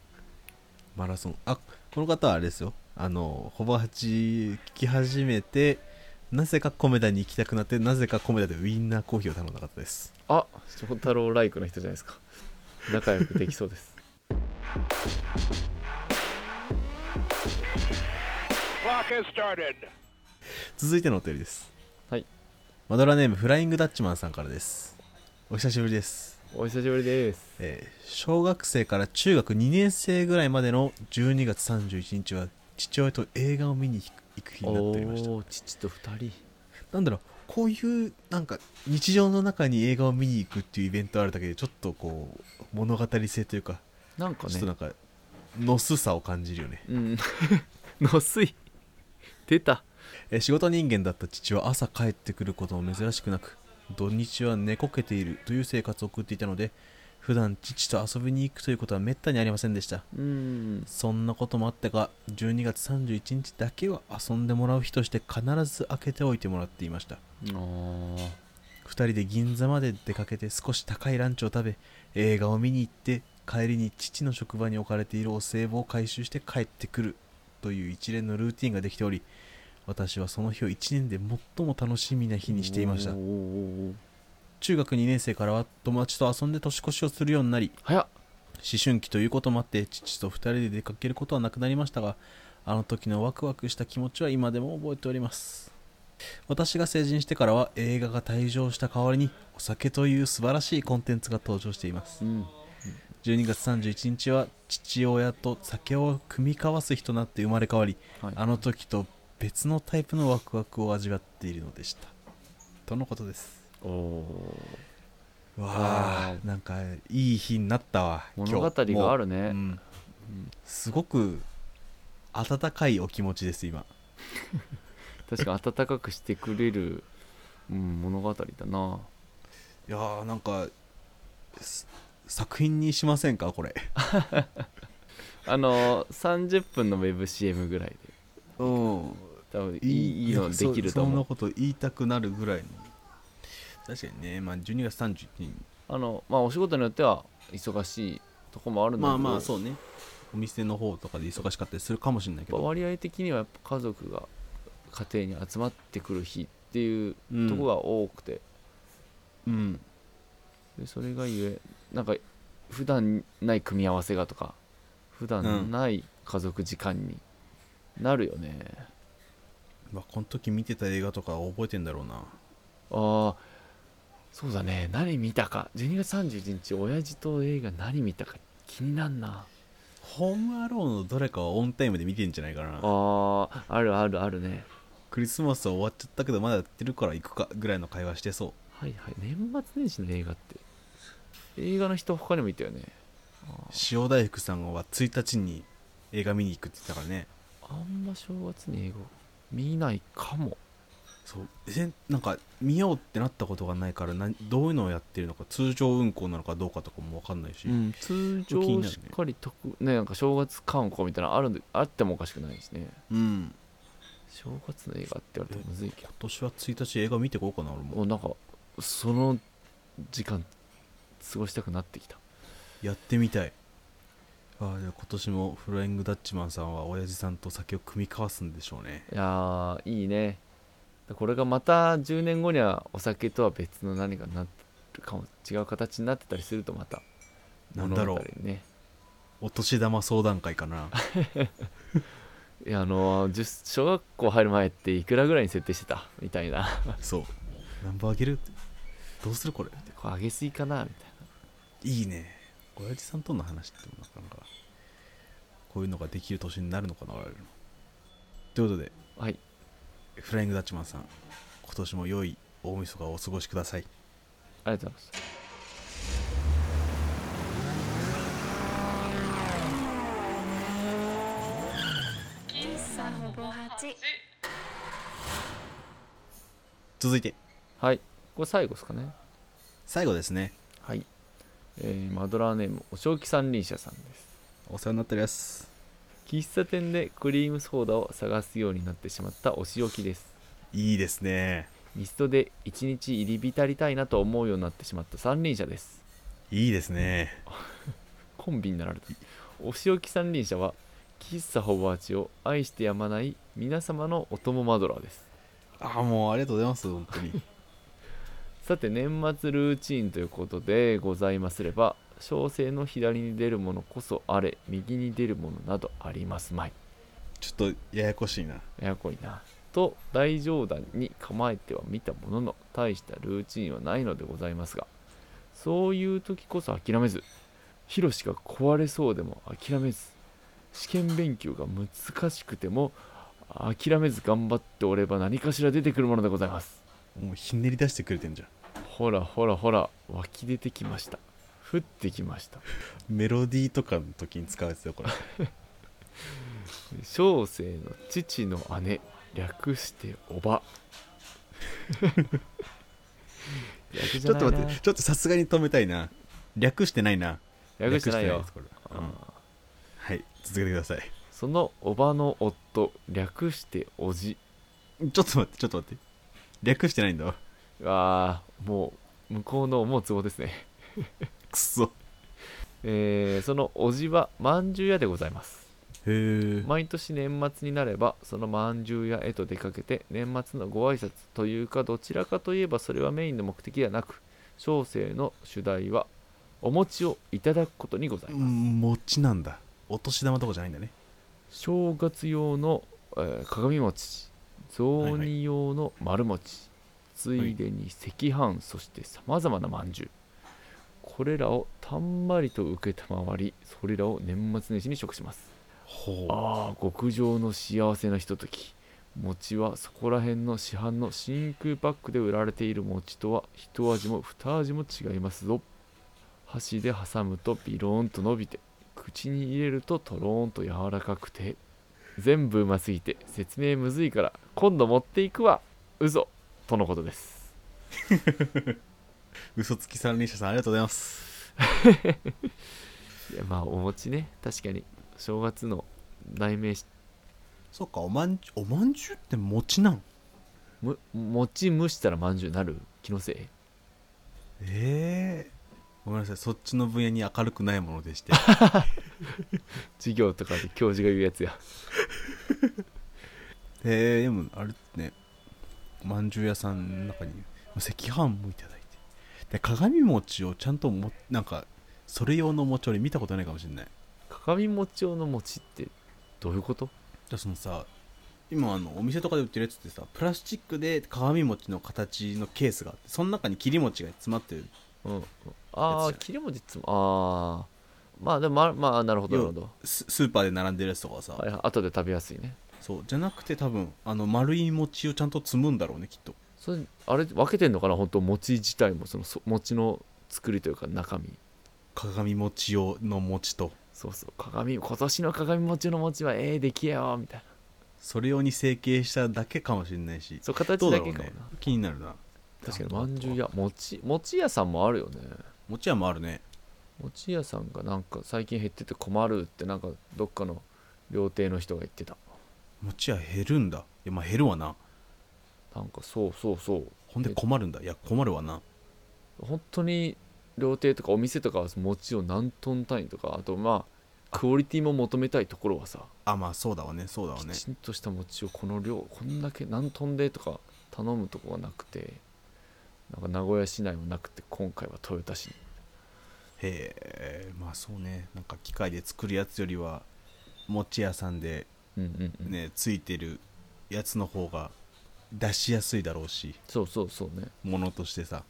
[SPEAKER 1] マラソンあこの方はあれですよあのホバハチ聞き始めてなぜかコメダに行きたくなってなぜかコメダでウインナーコーヒーを頼んだ方です
[SPEAKER 2] あ翔太郎ライクの人じゃないですか仲良くできそうです
[SPEAKER 4] Clock has started.
[SPEAKER 1] 続いてのお便りです
[SPEAKER 2] はい
[SPEAKER 1] マドラーネームフライングダッチマンさんからですお久しぶりです
[SPEAKER 2] お久しぶりです
[SPEAKER 1] えー小学生から中学2年生ぐらいまでの12月31日は父親と映画を見に行く日になっておりました
[SPEAKER 2] おー父と二人
[SPEAKER 1] なんだろうこういうなんか日常の中に映画を見に行くっていうイベントあるだけでちょっとこう物語性というか
[SPEAKER 2] なんか
[SPEAKER 1] ちょっとな
[SPEAKER 2] ね
[SPEAKER 1] んかのすさを感じるよね
[SPEAKER 2] うん のすい出た
[SPEAKER 1] えー仕事人間だった父は朝帰ってくることも珍しくなく土日は寝こけているという生活を送っていたので普段父と遊びに行くということはめったにありませんでした
[SPEAKER 2] うん
[SPEAKER 1] そんなこともあってか12月31日だけは遊んでもらう日として必ず開けておいてもらっていました
[SPEAKER 2] あー
[SPEAKER 1] 2人で銀座まで出かけて少し高いランチを食べ映画を見に行って帰りに父の職場に置かれているお歳暮を回収して帰ってくるという一連のルーティンができており私はその日を1年で最も楽しみな日にしていました
[SPEAKER 2] おーおーおー
[SPEAKER 1] 中学2年生からは友達と遊んで年越しをするようになり
[SPEAKER 2] 早っ
[SPEAKER 1] 思春期ということもあって父と2人で出かけることはなくなりましたがあの時のワクワクした気持ちは今でも覚えております私が成人してからは映画が退場した代わりにお酒という素晴らしいコンテンツが登場しています
[SPEAKER 2] うん
[SPEAKER 1] 12月31日は父親と酒を組み交わす日となって生まれ変わり
[SPEAKER 2] はい
[SPEAKER 1] あの時と別のタイプのワクワクを味わっているのでしたとのことです
[SPEAKER 2] おお
[SPEAKER 1] わ
[SPEAKER 2] あ
[SPEAKER 1] あなんかいい日になったわ今日
[SPEAKER 2] 物語がある
[SPEAKER 1] う
[SPEAKER 2] ね
[SPEAKER 1] ん、すごく温かいお気持ちです今
[SPEAKER 2] 確かに温かくしてくれる、うん、物語だない
[SPEAKER 1] やーなんかす作品にしませんかこれ
[SPEAKER 2] あの30分のウェブ CM ぐらいで
[SPEAKER 1] うん
[SPEAKER 2] 多分いいいいのできる
[SPEAKER 1] そ
[SPEAKER 2] と
[SPEAKER 1] ん
[SPEAKER 2] 思
[SPEAKER 1] な
[SPEAKER 2] う
[SPEAKER 1] こと言いたくなるぐらいの確かにねまあ12月31日
[SPEAKER 2] あのまあお仕事によっては忙しいとこもあるんだけ
[SPEAKER 1] ま
[SPEAKER 2] ど
[SPEAKER 1] あまあそうねお店の方とかで忙しかったりするかもしれないけ
[SPEAKER 2] やっぱ
[SPEAKER 1] ど
[SPEAKER 2] 割合的にはやっぱ家族が家庭に集まってくる日っていう
[SPEAKER 1] うん
[SPEAKER 2] とこが多くて、
[SPEAKER 1] うん
[SPEAKER 2] でそれがゆえなんか普段ない組み合わせがとか普段ない家族時間になるよね、
[SPEAKER 1] まあこの時見てた映画とか覚えてんだろうな
[SPEAKER 2] ああそうだね何見たか12月31日親父と映画何見たか気になんな
[SPEAKER 1] ホームアローンのどれかはオンタイムで見てんじゃないかな
[SPEAKER 2] あああるあるあるね
[SPEAKER 1] クリスマスは終わっちゃったけどまだやってるから行くかぐらいの会話してそう
[SPEAKER 2] はいはい年末年始の映画って映画の人他にもいたよね
[SPEAKER 1] 塩大福さんは1日に映画見に行くって言ってたからね
[SPEAKER 2] あんま正月に映画見ないかも
[SPEAKER 1] そうえなんか見ようってなったことがないからなどういうのをやってるのか通常運行なのかどうかとかも分かんないし、
[SPEAKER 2] うん、通
[SPEAKER 1] 気に
[SPEAKER 2] 常
[SPEAKER 1] なる
[SPEAKER 2] し
[SPEAKER 1] ね
[SPEAKER 2] っかり特ねなんか正月観光みたいなのあるんであってもおかしくないしね
[SPEAKER 1] うん
[SPEAKER 2] 正月の映画って言われてもむずいけ
[SPEAKER 1] 今年は1日映画見てこうかな俺
[SPEAKER 2] ど
[SPEAKER 1] も
[SPEAKER 2] もうなんかその時間過ごしたくなってきた
[SPEAKER 1] やってみたいあーでも今年もフライングダッチマンさんは親父さんと酒を組み交わすんでしょうね
[SPEAKER 2] いやーいいねこれがまた10年後にはお酒とは別の何かになってるかも違う形になってたりするとまた
[SPEAKER 1] なんだろう
[SPEAKER 2] 物語にね
[SPEAKER 1] お年玉相談会かな
[SPEAKER 2] いやあのーじゅ小学校入る前っていくらぐらいに設定してたみたいな
[SPEAKER 1] そうナンバーあげるってどうするこれ
[SPEAKER 2] でこれ揚げすぎかなみたい
[SPEAKER 1] いいね
[SPEAKER 5] 親父さんとの話ってもなかなかこういうのができる年になるのかな我々も
[SPEAKER 1] ということで
[SPEAKER 2] なはい
[SPEAKER 1] フライングダッチマンさん今年も良い大晦日をお過ごしください
[SPEAKER 2] ありがとうございます
[SPEAKER 6] 喫茶ほぼ八。
[SPEAKER 1] 続いて
[SPEAKER 2] はいこれ最後ですかね
[SPEAKER 1] 最後ですね
[SPEAKER 2] はい、えーマドラーネームお正気三輪車さんです
[SPEAKER 5] お世話になってるやす
[SPEAKER 2] 喫茶店でクリームソーダを探すようになってしまったお仕置きです
[SPEAKER 1] いいですね
[SPEAKER 2] ミストで一日入り浸りたいなと思うようになってしまった三輪車です
[SPEAKER 1] いいですね
[SPEAKER 2] コンビになられたお仕置き三輪車は喫茶ホバーチを愛してやまない皆様のお供マドラーです
[SPEAKER 5] ああもうありがとうございます本当に
[SPEAKER 2] さて年末ルーチンということでございますれば小生の左に出るものこそあれ右に出るものなどありますまい
[SPEAKER 5] ちょっとややこしいな
[SPEAKER 2] ややこいなと大冗談に構えてはみたものの大したルーチンはないのでございますがそういう時こそ諦めずヒロシが壊れそうでも諦めず試験勉強が難しくても諦めず頑張っておれば何かしら出てくるものでございます
[SPEAKER 1] もうひねり出してくれてんじゃん
[SPEAKER 2] ほらほらほら湧き出てきました降ってきました
[SPEAKER 1] メロディーとかの時に使うやつだよこれ
[SPEAKER 2] 小生の父の姉略しておば略 じ
[SPEAKER 1] ちょ
[SPEAKER 2] ゃ
[SPEAKER 1] っ
[SPEAKER 2] ない
[SPEAKER 1] と
[SPEAKER 2] な
[SPEAKER 1] 待ってちょっとさすがに止めたいな略してないな
[SPEAKER 2] 略してないよ
[SPEAKER 1] 略ですこれ
[SPEAKER 2] う
[SPEAKER 1] うんんはい続けてください
[SPEAKER 2] そのおばの夫略しておじ
[SPEAKER 1] ちょっと待ってちょっと待って略してないんだわ
[SPEAKER 2] はもう向こうの思うツボですね、
[SPEAKER 1] くそ
[SPEAKER 2] えーそのおじはまんじゅう屋でございます
[SPEAKER 1] へえ
[SPEAKER 2] 毎年年末になればそのまんじゅう屋へと出かけて年末のご挨拶というかどちらかといえばそれはメインの目的ではなく小生の主題はお餅をいただくことにございます
[SPEAKER 1] 餅なんだお年玉とかじゃないんだね
[SPEAKER 2] 正月用の、えー鏡餅雑煮用の丸餅、
[SPEAKER 1] は
[SPEAKER 2] つ
[SPEAKER 1] い
[SPEAKER 2] いでに赤飯そしてさまざまなまんじゅうこれらをたんまりと受けたまわりそれらを年末年始に食します
[SPEAKER 1] ほ
[SPEAKER 2] ああ極上の幸せなひととき餅はそこら辺の市販の真空パックで売られている餅とは一味も二味も違いますぞ箸で挟むとビローンと伸びて口に入れるととろーんと柔らかくて全部うますぎて説明むずいから今度持っていくわうぞとのことです
[SPEAKER 1] う嘘つき三輪車さんありがとうございます
[SPEAKER 2] いやまあお餅ね確かに正月の代名詞
[SPEAKER 1] そっかおまんじゅうおまんじゅうって餅なん
[SPEAKER 2] む餅蒸したらまんじゅうになる気のせい
[SPEAKER 1] ええごめんなさいそっちの分野に明るくないもので して
[SPEAKER 2] 授業とかで教授が言うやつや
[SPEAKER 1] えー、でもあれねおまんじゅう屋さんの中に赤飯もいただいてで鏡餅をちゃんともなんかそれ用の餅俺見たことないかもしれない
[SPEAKER 2] 鏡餅用の餅ってどういうこと
[SPEAKER 1] じゃあそのさ今あのお店とかで売ってるやつってさプラスチックで鏡餅の形のケースがあってその中に切り餅が詰まってる
[SPEAKER 2] うんうんあ
[SPEAKER 1] やつじゃな
[SPEAKER 2] あ
[SPEAKER 1] い
[SPEAKER 2] 切れ餅っつもああまあでもままあなるほどなるほど
[SPEAKER 1] ススーパーで並んでるやつとかはさ、
[SPEAKER 2] はい後で食べやすいね
[SPEAKER 1] そうじゃなくて多分あの丸い餅をちゃんと積むんだろうねきっと
[SPEAKER 2] それあれ分けてんのかな本当餅自体もそのそ餅の作りというか中身
[SPEAKER 1] 鏡餅用の餅と
[SPEAKER 2] そうそう鏡今年の鏡餅の餅はええ出来やよみたいな
[SPEAKER 1] それ用に成形しただけかもしれないし
[SPEAKER 2] そう
[SPEAKER 1] ど
[SPEAKER 2] 形
[SPEAKER 1] うだ
[SPEAKER 2] だ
[SPEAKER 1] ろう
[SPEAKER 2] けかもな、
[SPEAKER 1] ね気になるな
[SPEAKER 2] 確かにまんじゅう屋餅餅屋さんもあるよね
[SPEAKER 1] 餅屋もあるね
[SPEAKER 2] 餅屋さんがなんか最近減ってて困るってなんかどっかの料亭の人が言ってた
[SPEAKER 1] 餅屋減るんだいやまあ減るわな
[SPEAKER 2] なんかそうそうそう
[SPEAKER 1] ほんで困るんだいや困るわな
[SPEAKER 2] 本当に料亭とかお店とかは餅を何トン単位とかあとまあクオリティも求めたいところはさ、
[SPEAKER 1] あまあそうだわねそうだわね
[SPEAKER 2] きちんとした餅をこの量こんだけ何トンでとか頼むとこがなくてなんか名古屋市内もなくて今回は豊田市に
[SPEAKER 1] へえまあそうねなんか機械で作るやつよりは餅屋さんで
[SPEAKER 2] うんうんうん、
[SPEAKER 1] ね、ついてるやつの方が出しやすいだろうし
[SPEAKER 2] そうそうそうね
[SPEAKER 1] ものとしてさ、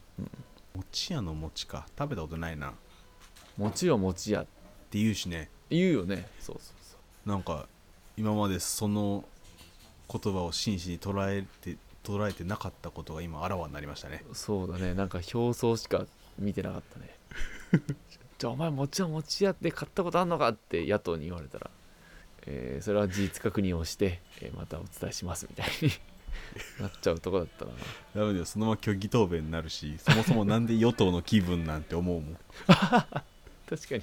[SPEAKER 1] 餅屋の餅か食べたことないなっ
[SPEAKER 2] 餅は餅やって
[SPEAKER 1] 言うしね
[SPEAKER 2] て言うよねそうそうそう
[SPEAKER 1] なんか今までその言葉を真摯に捉えて捉えてなかったことが今あらわになりましたね
[SPEAKER 2] そうだねなんか表層しか見てなかったね じゃあお前餅は餅やって買ったことあんのかって野党に言われたら、えーそれは事実確認をして、えーまたお伝えしますみたいに なっちゃうとこだったな
[SPEAKER 1] ダメだよそのまま虚偽答弁になるしそもそもなんで与党の気分なんて思うもん
[SPEAKER 2] 確かにい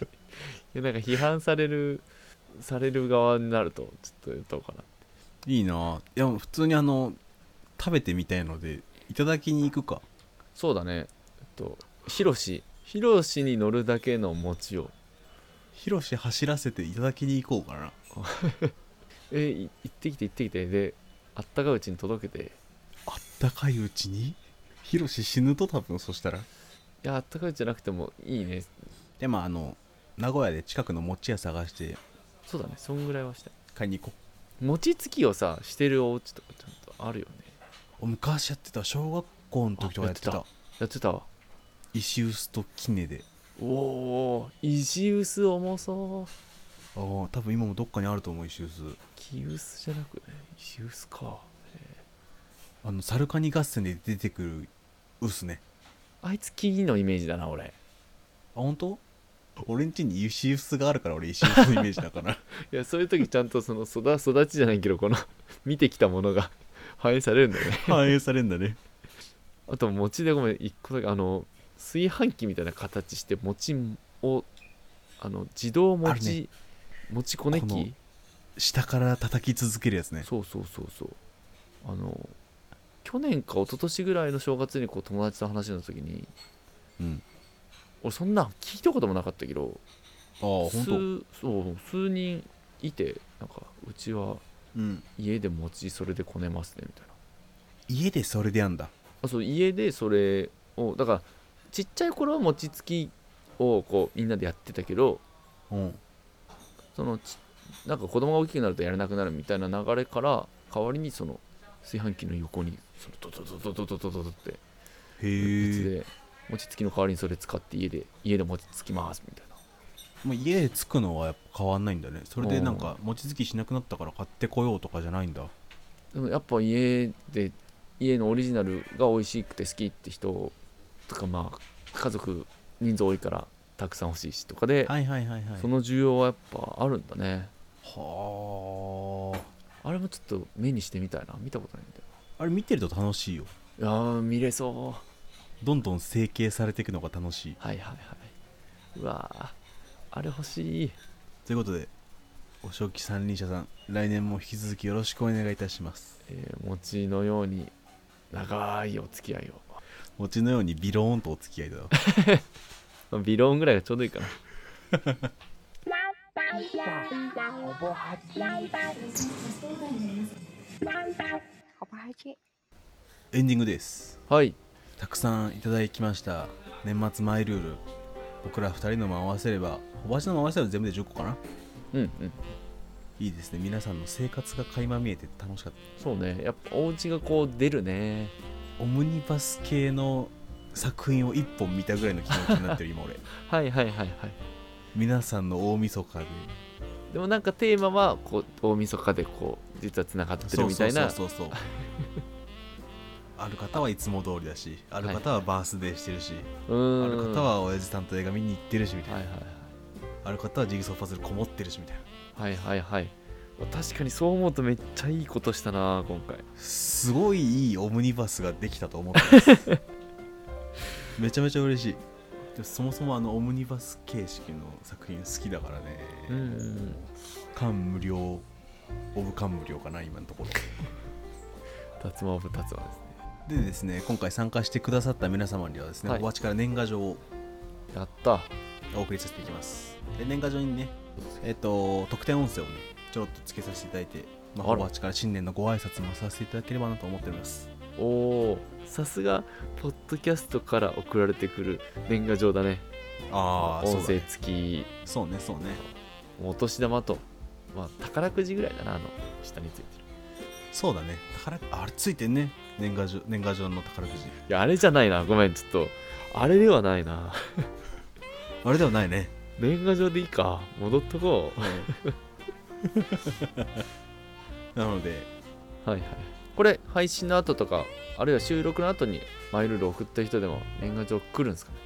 [SPEAKER 2] やなんか批判されるされる側になるとちょっとどうかない
[SPEAKER 1] いないや普通にあの食べてみたいのでいただきに行くか
[SPEAKER 2] そうだねえっとヒロシヒロシに乗るだけの餅を
[SPEAKER 1] ヒロシ走らせていただきに行こうかな
[SPEAKER 2] えい行ってきて行ってきてであったかいうちに届けて
[SPEAKER 1] あったかいうちにヒロシ死ぬと多分そしたら
[SPEAKER 2] いやあったかいうちじゃなくてもいいね
[SPEAKER 1] でまああの名古屋で近くの餅屋探して
[SPEAKER 2] そうだねそんぐらいはしたい
[SPEAKER 1] 買いに行こう
[SPEAKER 2] 餅つきをさしてるお家とかちゃんとあるよね
[SPEAKER 1] お昔やってた小学校の時とかやってた
[SPEAKER 2] あややってたわ
[SPEAKER 1] 石臼ときねで
[SPEAKER 2] おお石臼重そう
[SPEAKER 1] ああ多分今もどっかにあると思う石臼
[SPEAKER 2] 木臼じゃなくね石臼か
[SPEAKER 1] あのサルカニ合戦で出てくる臼ね
[SPEAKER 2] あいつ木のイメージだな俺
[SPEAKER 1] あ本当俺んちに石臼があるから俺石臼のイメージだ から
[SPEAKER 2] いやそういう時ちゃんとその育育ちじゃないけどこの 見てきたものが 反映されるんだよね
[SPEAKER 1] 反映されんだね
[SPEAKER 2] あと餅でごめん一個だけあの炊飯器みたいな形して餅をあの自動
[SPEAKER 1] ある
[SPEAKER 2] 餅、
[SPEAKER 1] ね
[SPEAKER 2] 餅こね
[SPEAKER 1] この
[SPEAKER 2] き
[SPEAKER 1] 下から叩き続けるやつね
[SPEAKER 2] そうそうそうそうあの去年か一昨年ぐらいの正月にこう友達と話の時に
[SPEAKER 1] うん
[SPEAKER 2] 俺そんなん聞いたこともなかったけど
[SPEAKER 1] ああ本
[SPEAKER 2] 数そう数人いてなんかうちは
[SPEAKER 1] 当うん
[SPEAKER 2] 家で餅それでこねますねみたいな
[SPEAKER 1] 家でそれでやんだ
[SPEAKER 2] あそう家でそれをだからちっちゃい頃は餅つきをこうみんなでやってたけど
[SPEAKER 1] うん
[SPEAKER 2] そのちなんか子供が大きくなるとやれなくなるみたいな流れから代わりにその炊飯器の横にそのドドドドドドドドドって別
[SPEAKER 1] へえ
[SPEAKER 2] で餅つきの代わりにそれ使って家で家で餅つきますみたいな
[SPEAKER 1] もう家でつくのはやっぱ変わんないんだねそれでなんか餅つきしなくなったから買ってこようとかじゃないんだ
[SPEAKER 2] でもやっぱ家で家のオリジナルが美味しくて好きって人とかまあ家族人数多いからたくさん欲しいしとかで、
[SPEAKER 1] はいはいはいはい
[SPEAKER 2] その需要はやっぱあるんだね
[SPEAKER 1] は
[SPEAKER 2] あれもちょっと目にしてみたいな見たことないんだよ
[SPEAKER 1] ああれ見てると楽しいよ
[SPEAKER 2] いやー見れそう
[SPEAKER 1] どんどん成形されていくのが楽しい
[SPEAKER 2] はいはいはいうわーあれ欲しい
[SPEAKER 1] ということでお正気三輪車さん来年も引き続きよろしくお願いいたします
[SPEAKER 2] えー餅のように長いお付き合い
[SPEAKER 1] 餅のようにビローンとお付き合いだよ
[SPEAKER 2] をビローンぐらいがちょうどいいかな
[SPEAKER 1] エンディングです
[SPEAKER 2] はい
[SPEAKER 1] たくさんいただきました年末マイルール僕ら2人のも合わせればおばちのも合わせれば全部で10個かな
[SPEAKER 2] うんうん
[SPEAKER 1] いいですね皆さんの生活が垣間見えて楽しかっ
[SPEAKER 2] そうねやっぱお家がこう出るね
[SPEAKER 1] たオムニバス系の作品を1本見たぐらいの気持ちになってる 今俺
[SPEAKER 2] はいはいはいはい
[SPEAKER 1] 皆さんの大晦日で
[SPEAKER 2] でもなんかテーマはこう大晦日でこう実はつながってるみたいな
[SPEAKER 1] そうそうそうそうある方はいつも通りだしある方はバースデーしてるし、
[SPEAKER 2] うーん
[SPEAKER 1] ある方は親父さんと映画見に行ってるしみたい
[SPEAKER 2] は
[SPEAKER 1] な、
[SPEAKER 2] いはい
[SPEAKER 1] ある方はジグソーパズルこもってるしみたいな
[SPEAKER 2] はいはいはいはい確かにそう思うとめっちゃいいことしたな今回
[SPEAKER 1] すごいいいオムニバスができたと思ってますめちゃめちゃ嬉しいでそもそもあのオムニバス形式の作品好きだからね、
[SPEAKER 2] うんうんうん
[SPEAKER 1] 感無量オブ感無量かな今のところ
[SPEAKER 2] 脱毛部脱毛ですね
[SPEAKER 1] でですね今回参加してくださった皆様にはですね、
[SPEAKER 2] はい
[SPEAKER 1] お待ちから年賀状を
[SPEAKER 2] やった
[SPEAKER 1] お送りさせていきますで年賀状にねえっ、と特典音声をねちょろっとつけさせていただいてまあ
[SPEAKER 2] あら
[SPEAKER 1] ほぼ8から新年のご挨拶もさせていただければなと思っております
[SPEAKER 2] おおさすがポッドキャストから送られてくる年賀状だね
[SPEAKER 1] あ
[SPEAKER 2] 音声付き
[SPEAKER 1] そうねそうね
[SPEAKER 2] お年玉とまあ宝くじぐらいだなあの下についてる
[SPEAKER 1] そうだね宝くあれついてんね年賀状年賀状の宝くじ
[SPEAKER 2] いやあれじゃないなごめんちょっとあれではないな
[SPEAKER 1] あれではないね
[SPEAKER 2] 年賀状でいいか戻っとこう
[SPEAKER 1] なので
[SPEAKER 2] はいはいこれ配信の後とかあるいは収録の後にマイルール送った人でも年賀状来るんですかね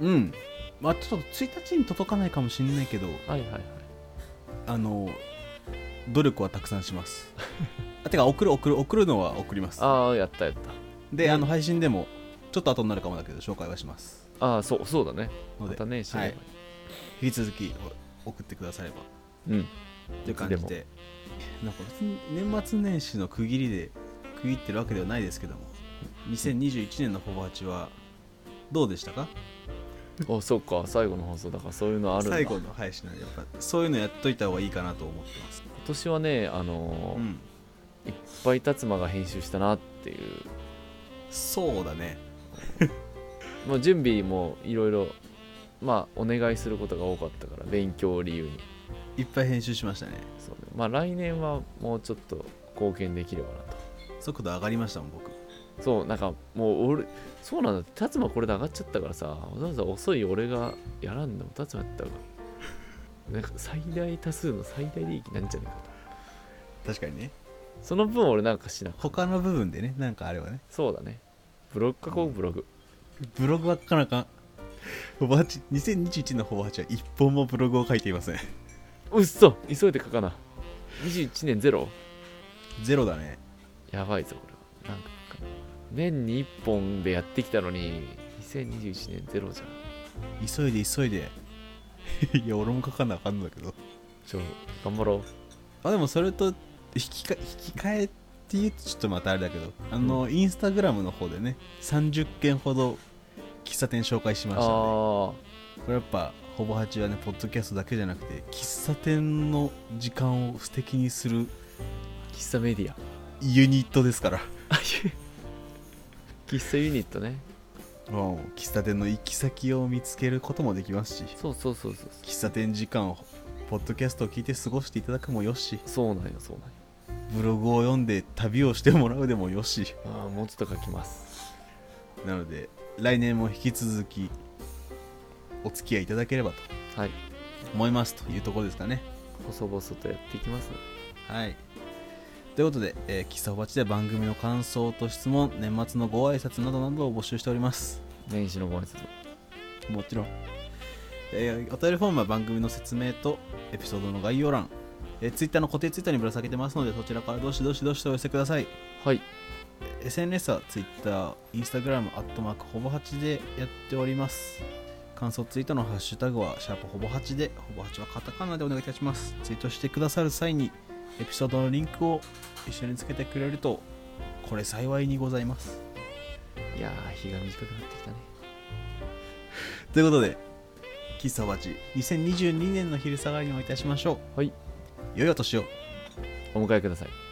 [SPEAKER 1] うんまあちょっと1日に届かないかもしれないけど
[SPEAKER 2] はいはいはい
[SPEAKER 1] あの努力はたくさんします あてか送る送る送るのは送ります
[SPEAKER 2] ああやったやった
[SPEAKER 1] であの配信でもちょっと後になるかもだけど紹介はします
[SPEAKER 2] ああそうそうだね
[SPEAKER 1] の
[SPEAKER 2] ま
[SPEAKER 1] で
[SPEAKER 2] たね知ればいい
[SPEAKER 1] はい引き続きお送ってくだされば
[SPEAKER 2] うん
[SPEAKER 1] という感じ
[SPEAKER 2] いつ
[SPEAKER 1] でなんか別に年末年始の区切りで区切ってるわけではないですけども2021年の「ほぼ8」はどうでしたか
[SPEAKER 2] あそうか最後の放送だからそういうのあるんだ
[SPEAKER 1] 最
[SPEAKER 2] 今
[SPEAKER 1] 後の配信なんでやっぱそういうのやっといた方がいいかなと思ってます、
[SPEAKER 2] 年はねあのー
[SPEAKER 1] うん、
[SPEAKER 2] いっぱい達馬が編集したなっていう、
[SPEAKER 1] そうだね
[SPEAKER 2] まあ、準備もいろいろまあお願いすることが多かったから勉強を理由に
[SPEAKER 1] いっぱい編集しましたね
[SPEAKER 2] そうねまあ来年はもうちょっと貢献できればなと
[SPEAKER 1] 速度上がりましたもん僕
[SPEAKER 2] そうなんかもう俺そうなんだ達馬これで上がっちゃったからさわざわざ遅い俺がやらんでも達馬やった方がなんか最大多数の最大利益なんじゃないかと
[SPEAKER 1] 確かにね
[SPEAKER 2] その分俺なんかしな
[SPEAKER 1] 他の部分でねなんかあればね
[SPEAKER 2] そうだねブログ書こうブログ
[SPEAKER 1] ブログは書かなあかんほぼ8 2021のほぼ8は一本もブログを書いていません
[SPEAKER 2] うっそ急いで書かな21年ゼロ
[SPEAKER 1] ゼロだね
[SPEAKER 2] やばいぞこれはなんか年に1本でやってきたのに2021年ゼロじゃん
[SPEAKER 1] 急いで急いで いや俺も書かなあかんのだけど
[SPEAKER 2] ちょ頑張ろう
[SPEAKER 1] あでもそれと引きか引き換えっていうとちょっとまたあれだけどあの、インスタグラムの方でね30件ほど喫茶店紹介しま
[SPEAKER 2] あ
[SPEAKER 1] したね
[SPEAKER 2] あ
[SPEAKER 1] これやっぱほぼ8はねポッドキャストだけじゃなくて喫茶店の時間を素敵にする
[SPEAKER 2] 喫茶メディア
[SPEAKER 1] ユニットですから
[SPEAKER 2] あゆ喫茶ユニットね
[SPEAKER 1] うん喫茶店の行き先を見つけることもできますし
[SPEAKER 2] そうそうそうそう
[SPEAKER 1] 喫茶店時間をポッドキャストを聞いて過ごしていただくもよし
[SPEAKER 2] そうなんよそうなんよ
[SPEAKER 1] ブログを読んで旅をしてもらうでもよし
[SPEAKER 2] ああもうちょっと書きます
[SPEAKER 1] なので来年も引き続きお付き合いいただければと
[SPEAKER 2] はい
[SPEAKER 1] 思いますというところですかね
[SPEAKER 2] 細々とやっていきます
[SPEAKER 1] はいということで、えー、喫茶おばちでは番組の感想と質問年末のご挨拶などなどを募集しております
[SPEAKER 2] 年始のご挨拶
[SPEAKER 1] もちろん、えーお便りフォームは番組の説明とエピソードの概要欄、えー、Twitter の固定ツイッターにぶら下げてますのでそちらからどしどしどしとお寄せください
[SPEAKER 2] はい
[SPEAKER 1] えー SNS は Twitter、Instagram、アットマークほぼ8でやっております感想ツイートのハッシュタグはシャープほぼ8でほぼ8はカタカナでお願いいたしますツイートしてくださる際にエピソードのリンクを一緒につけてくれるとこれ幸いにございます
[SPEAKER 2] いやー日が短くなってきたね
[SPEAKER 1] ということで喫茶おばち2022年の昼下がりにおいたしましょう
[SPEAKER 2] はい
[SPEAKER 1] 良いお年を
[SPEAKER 2] お迎えください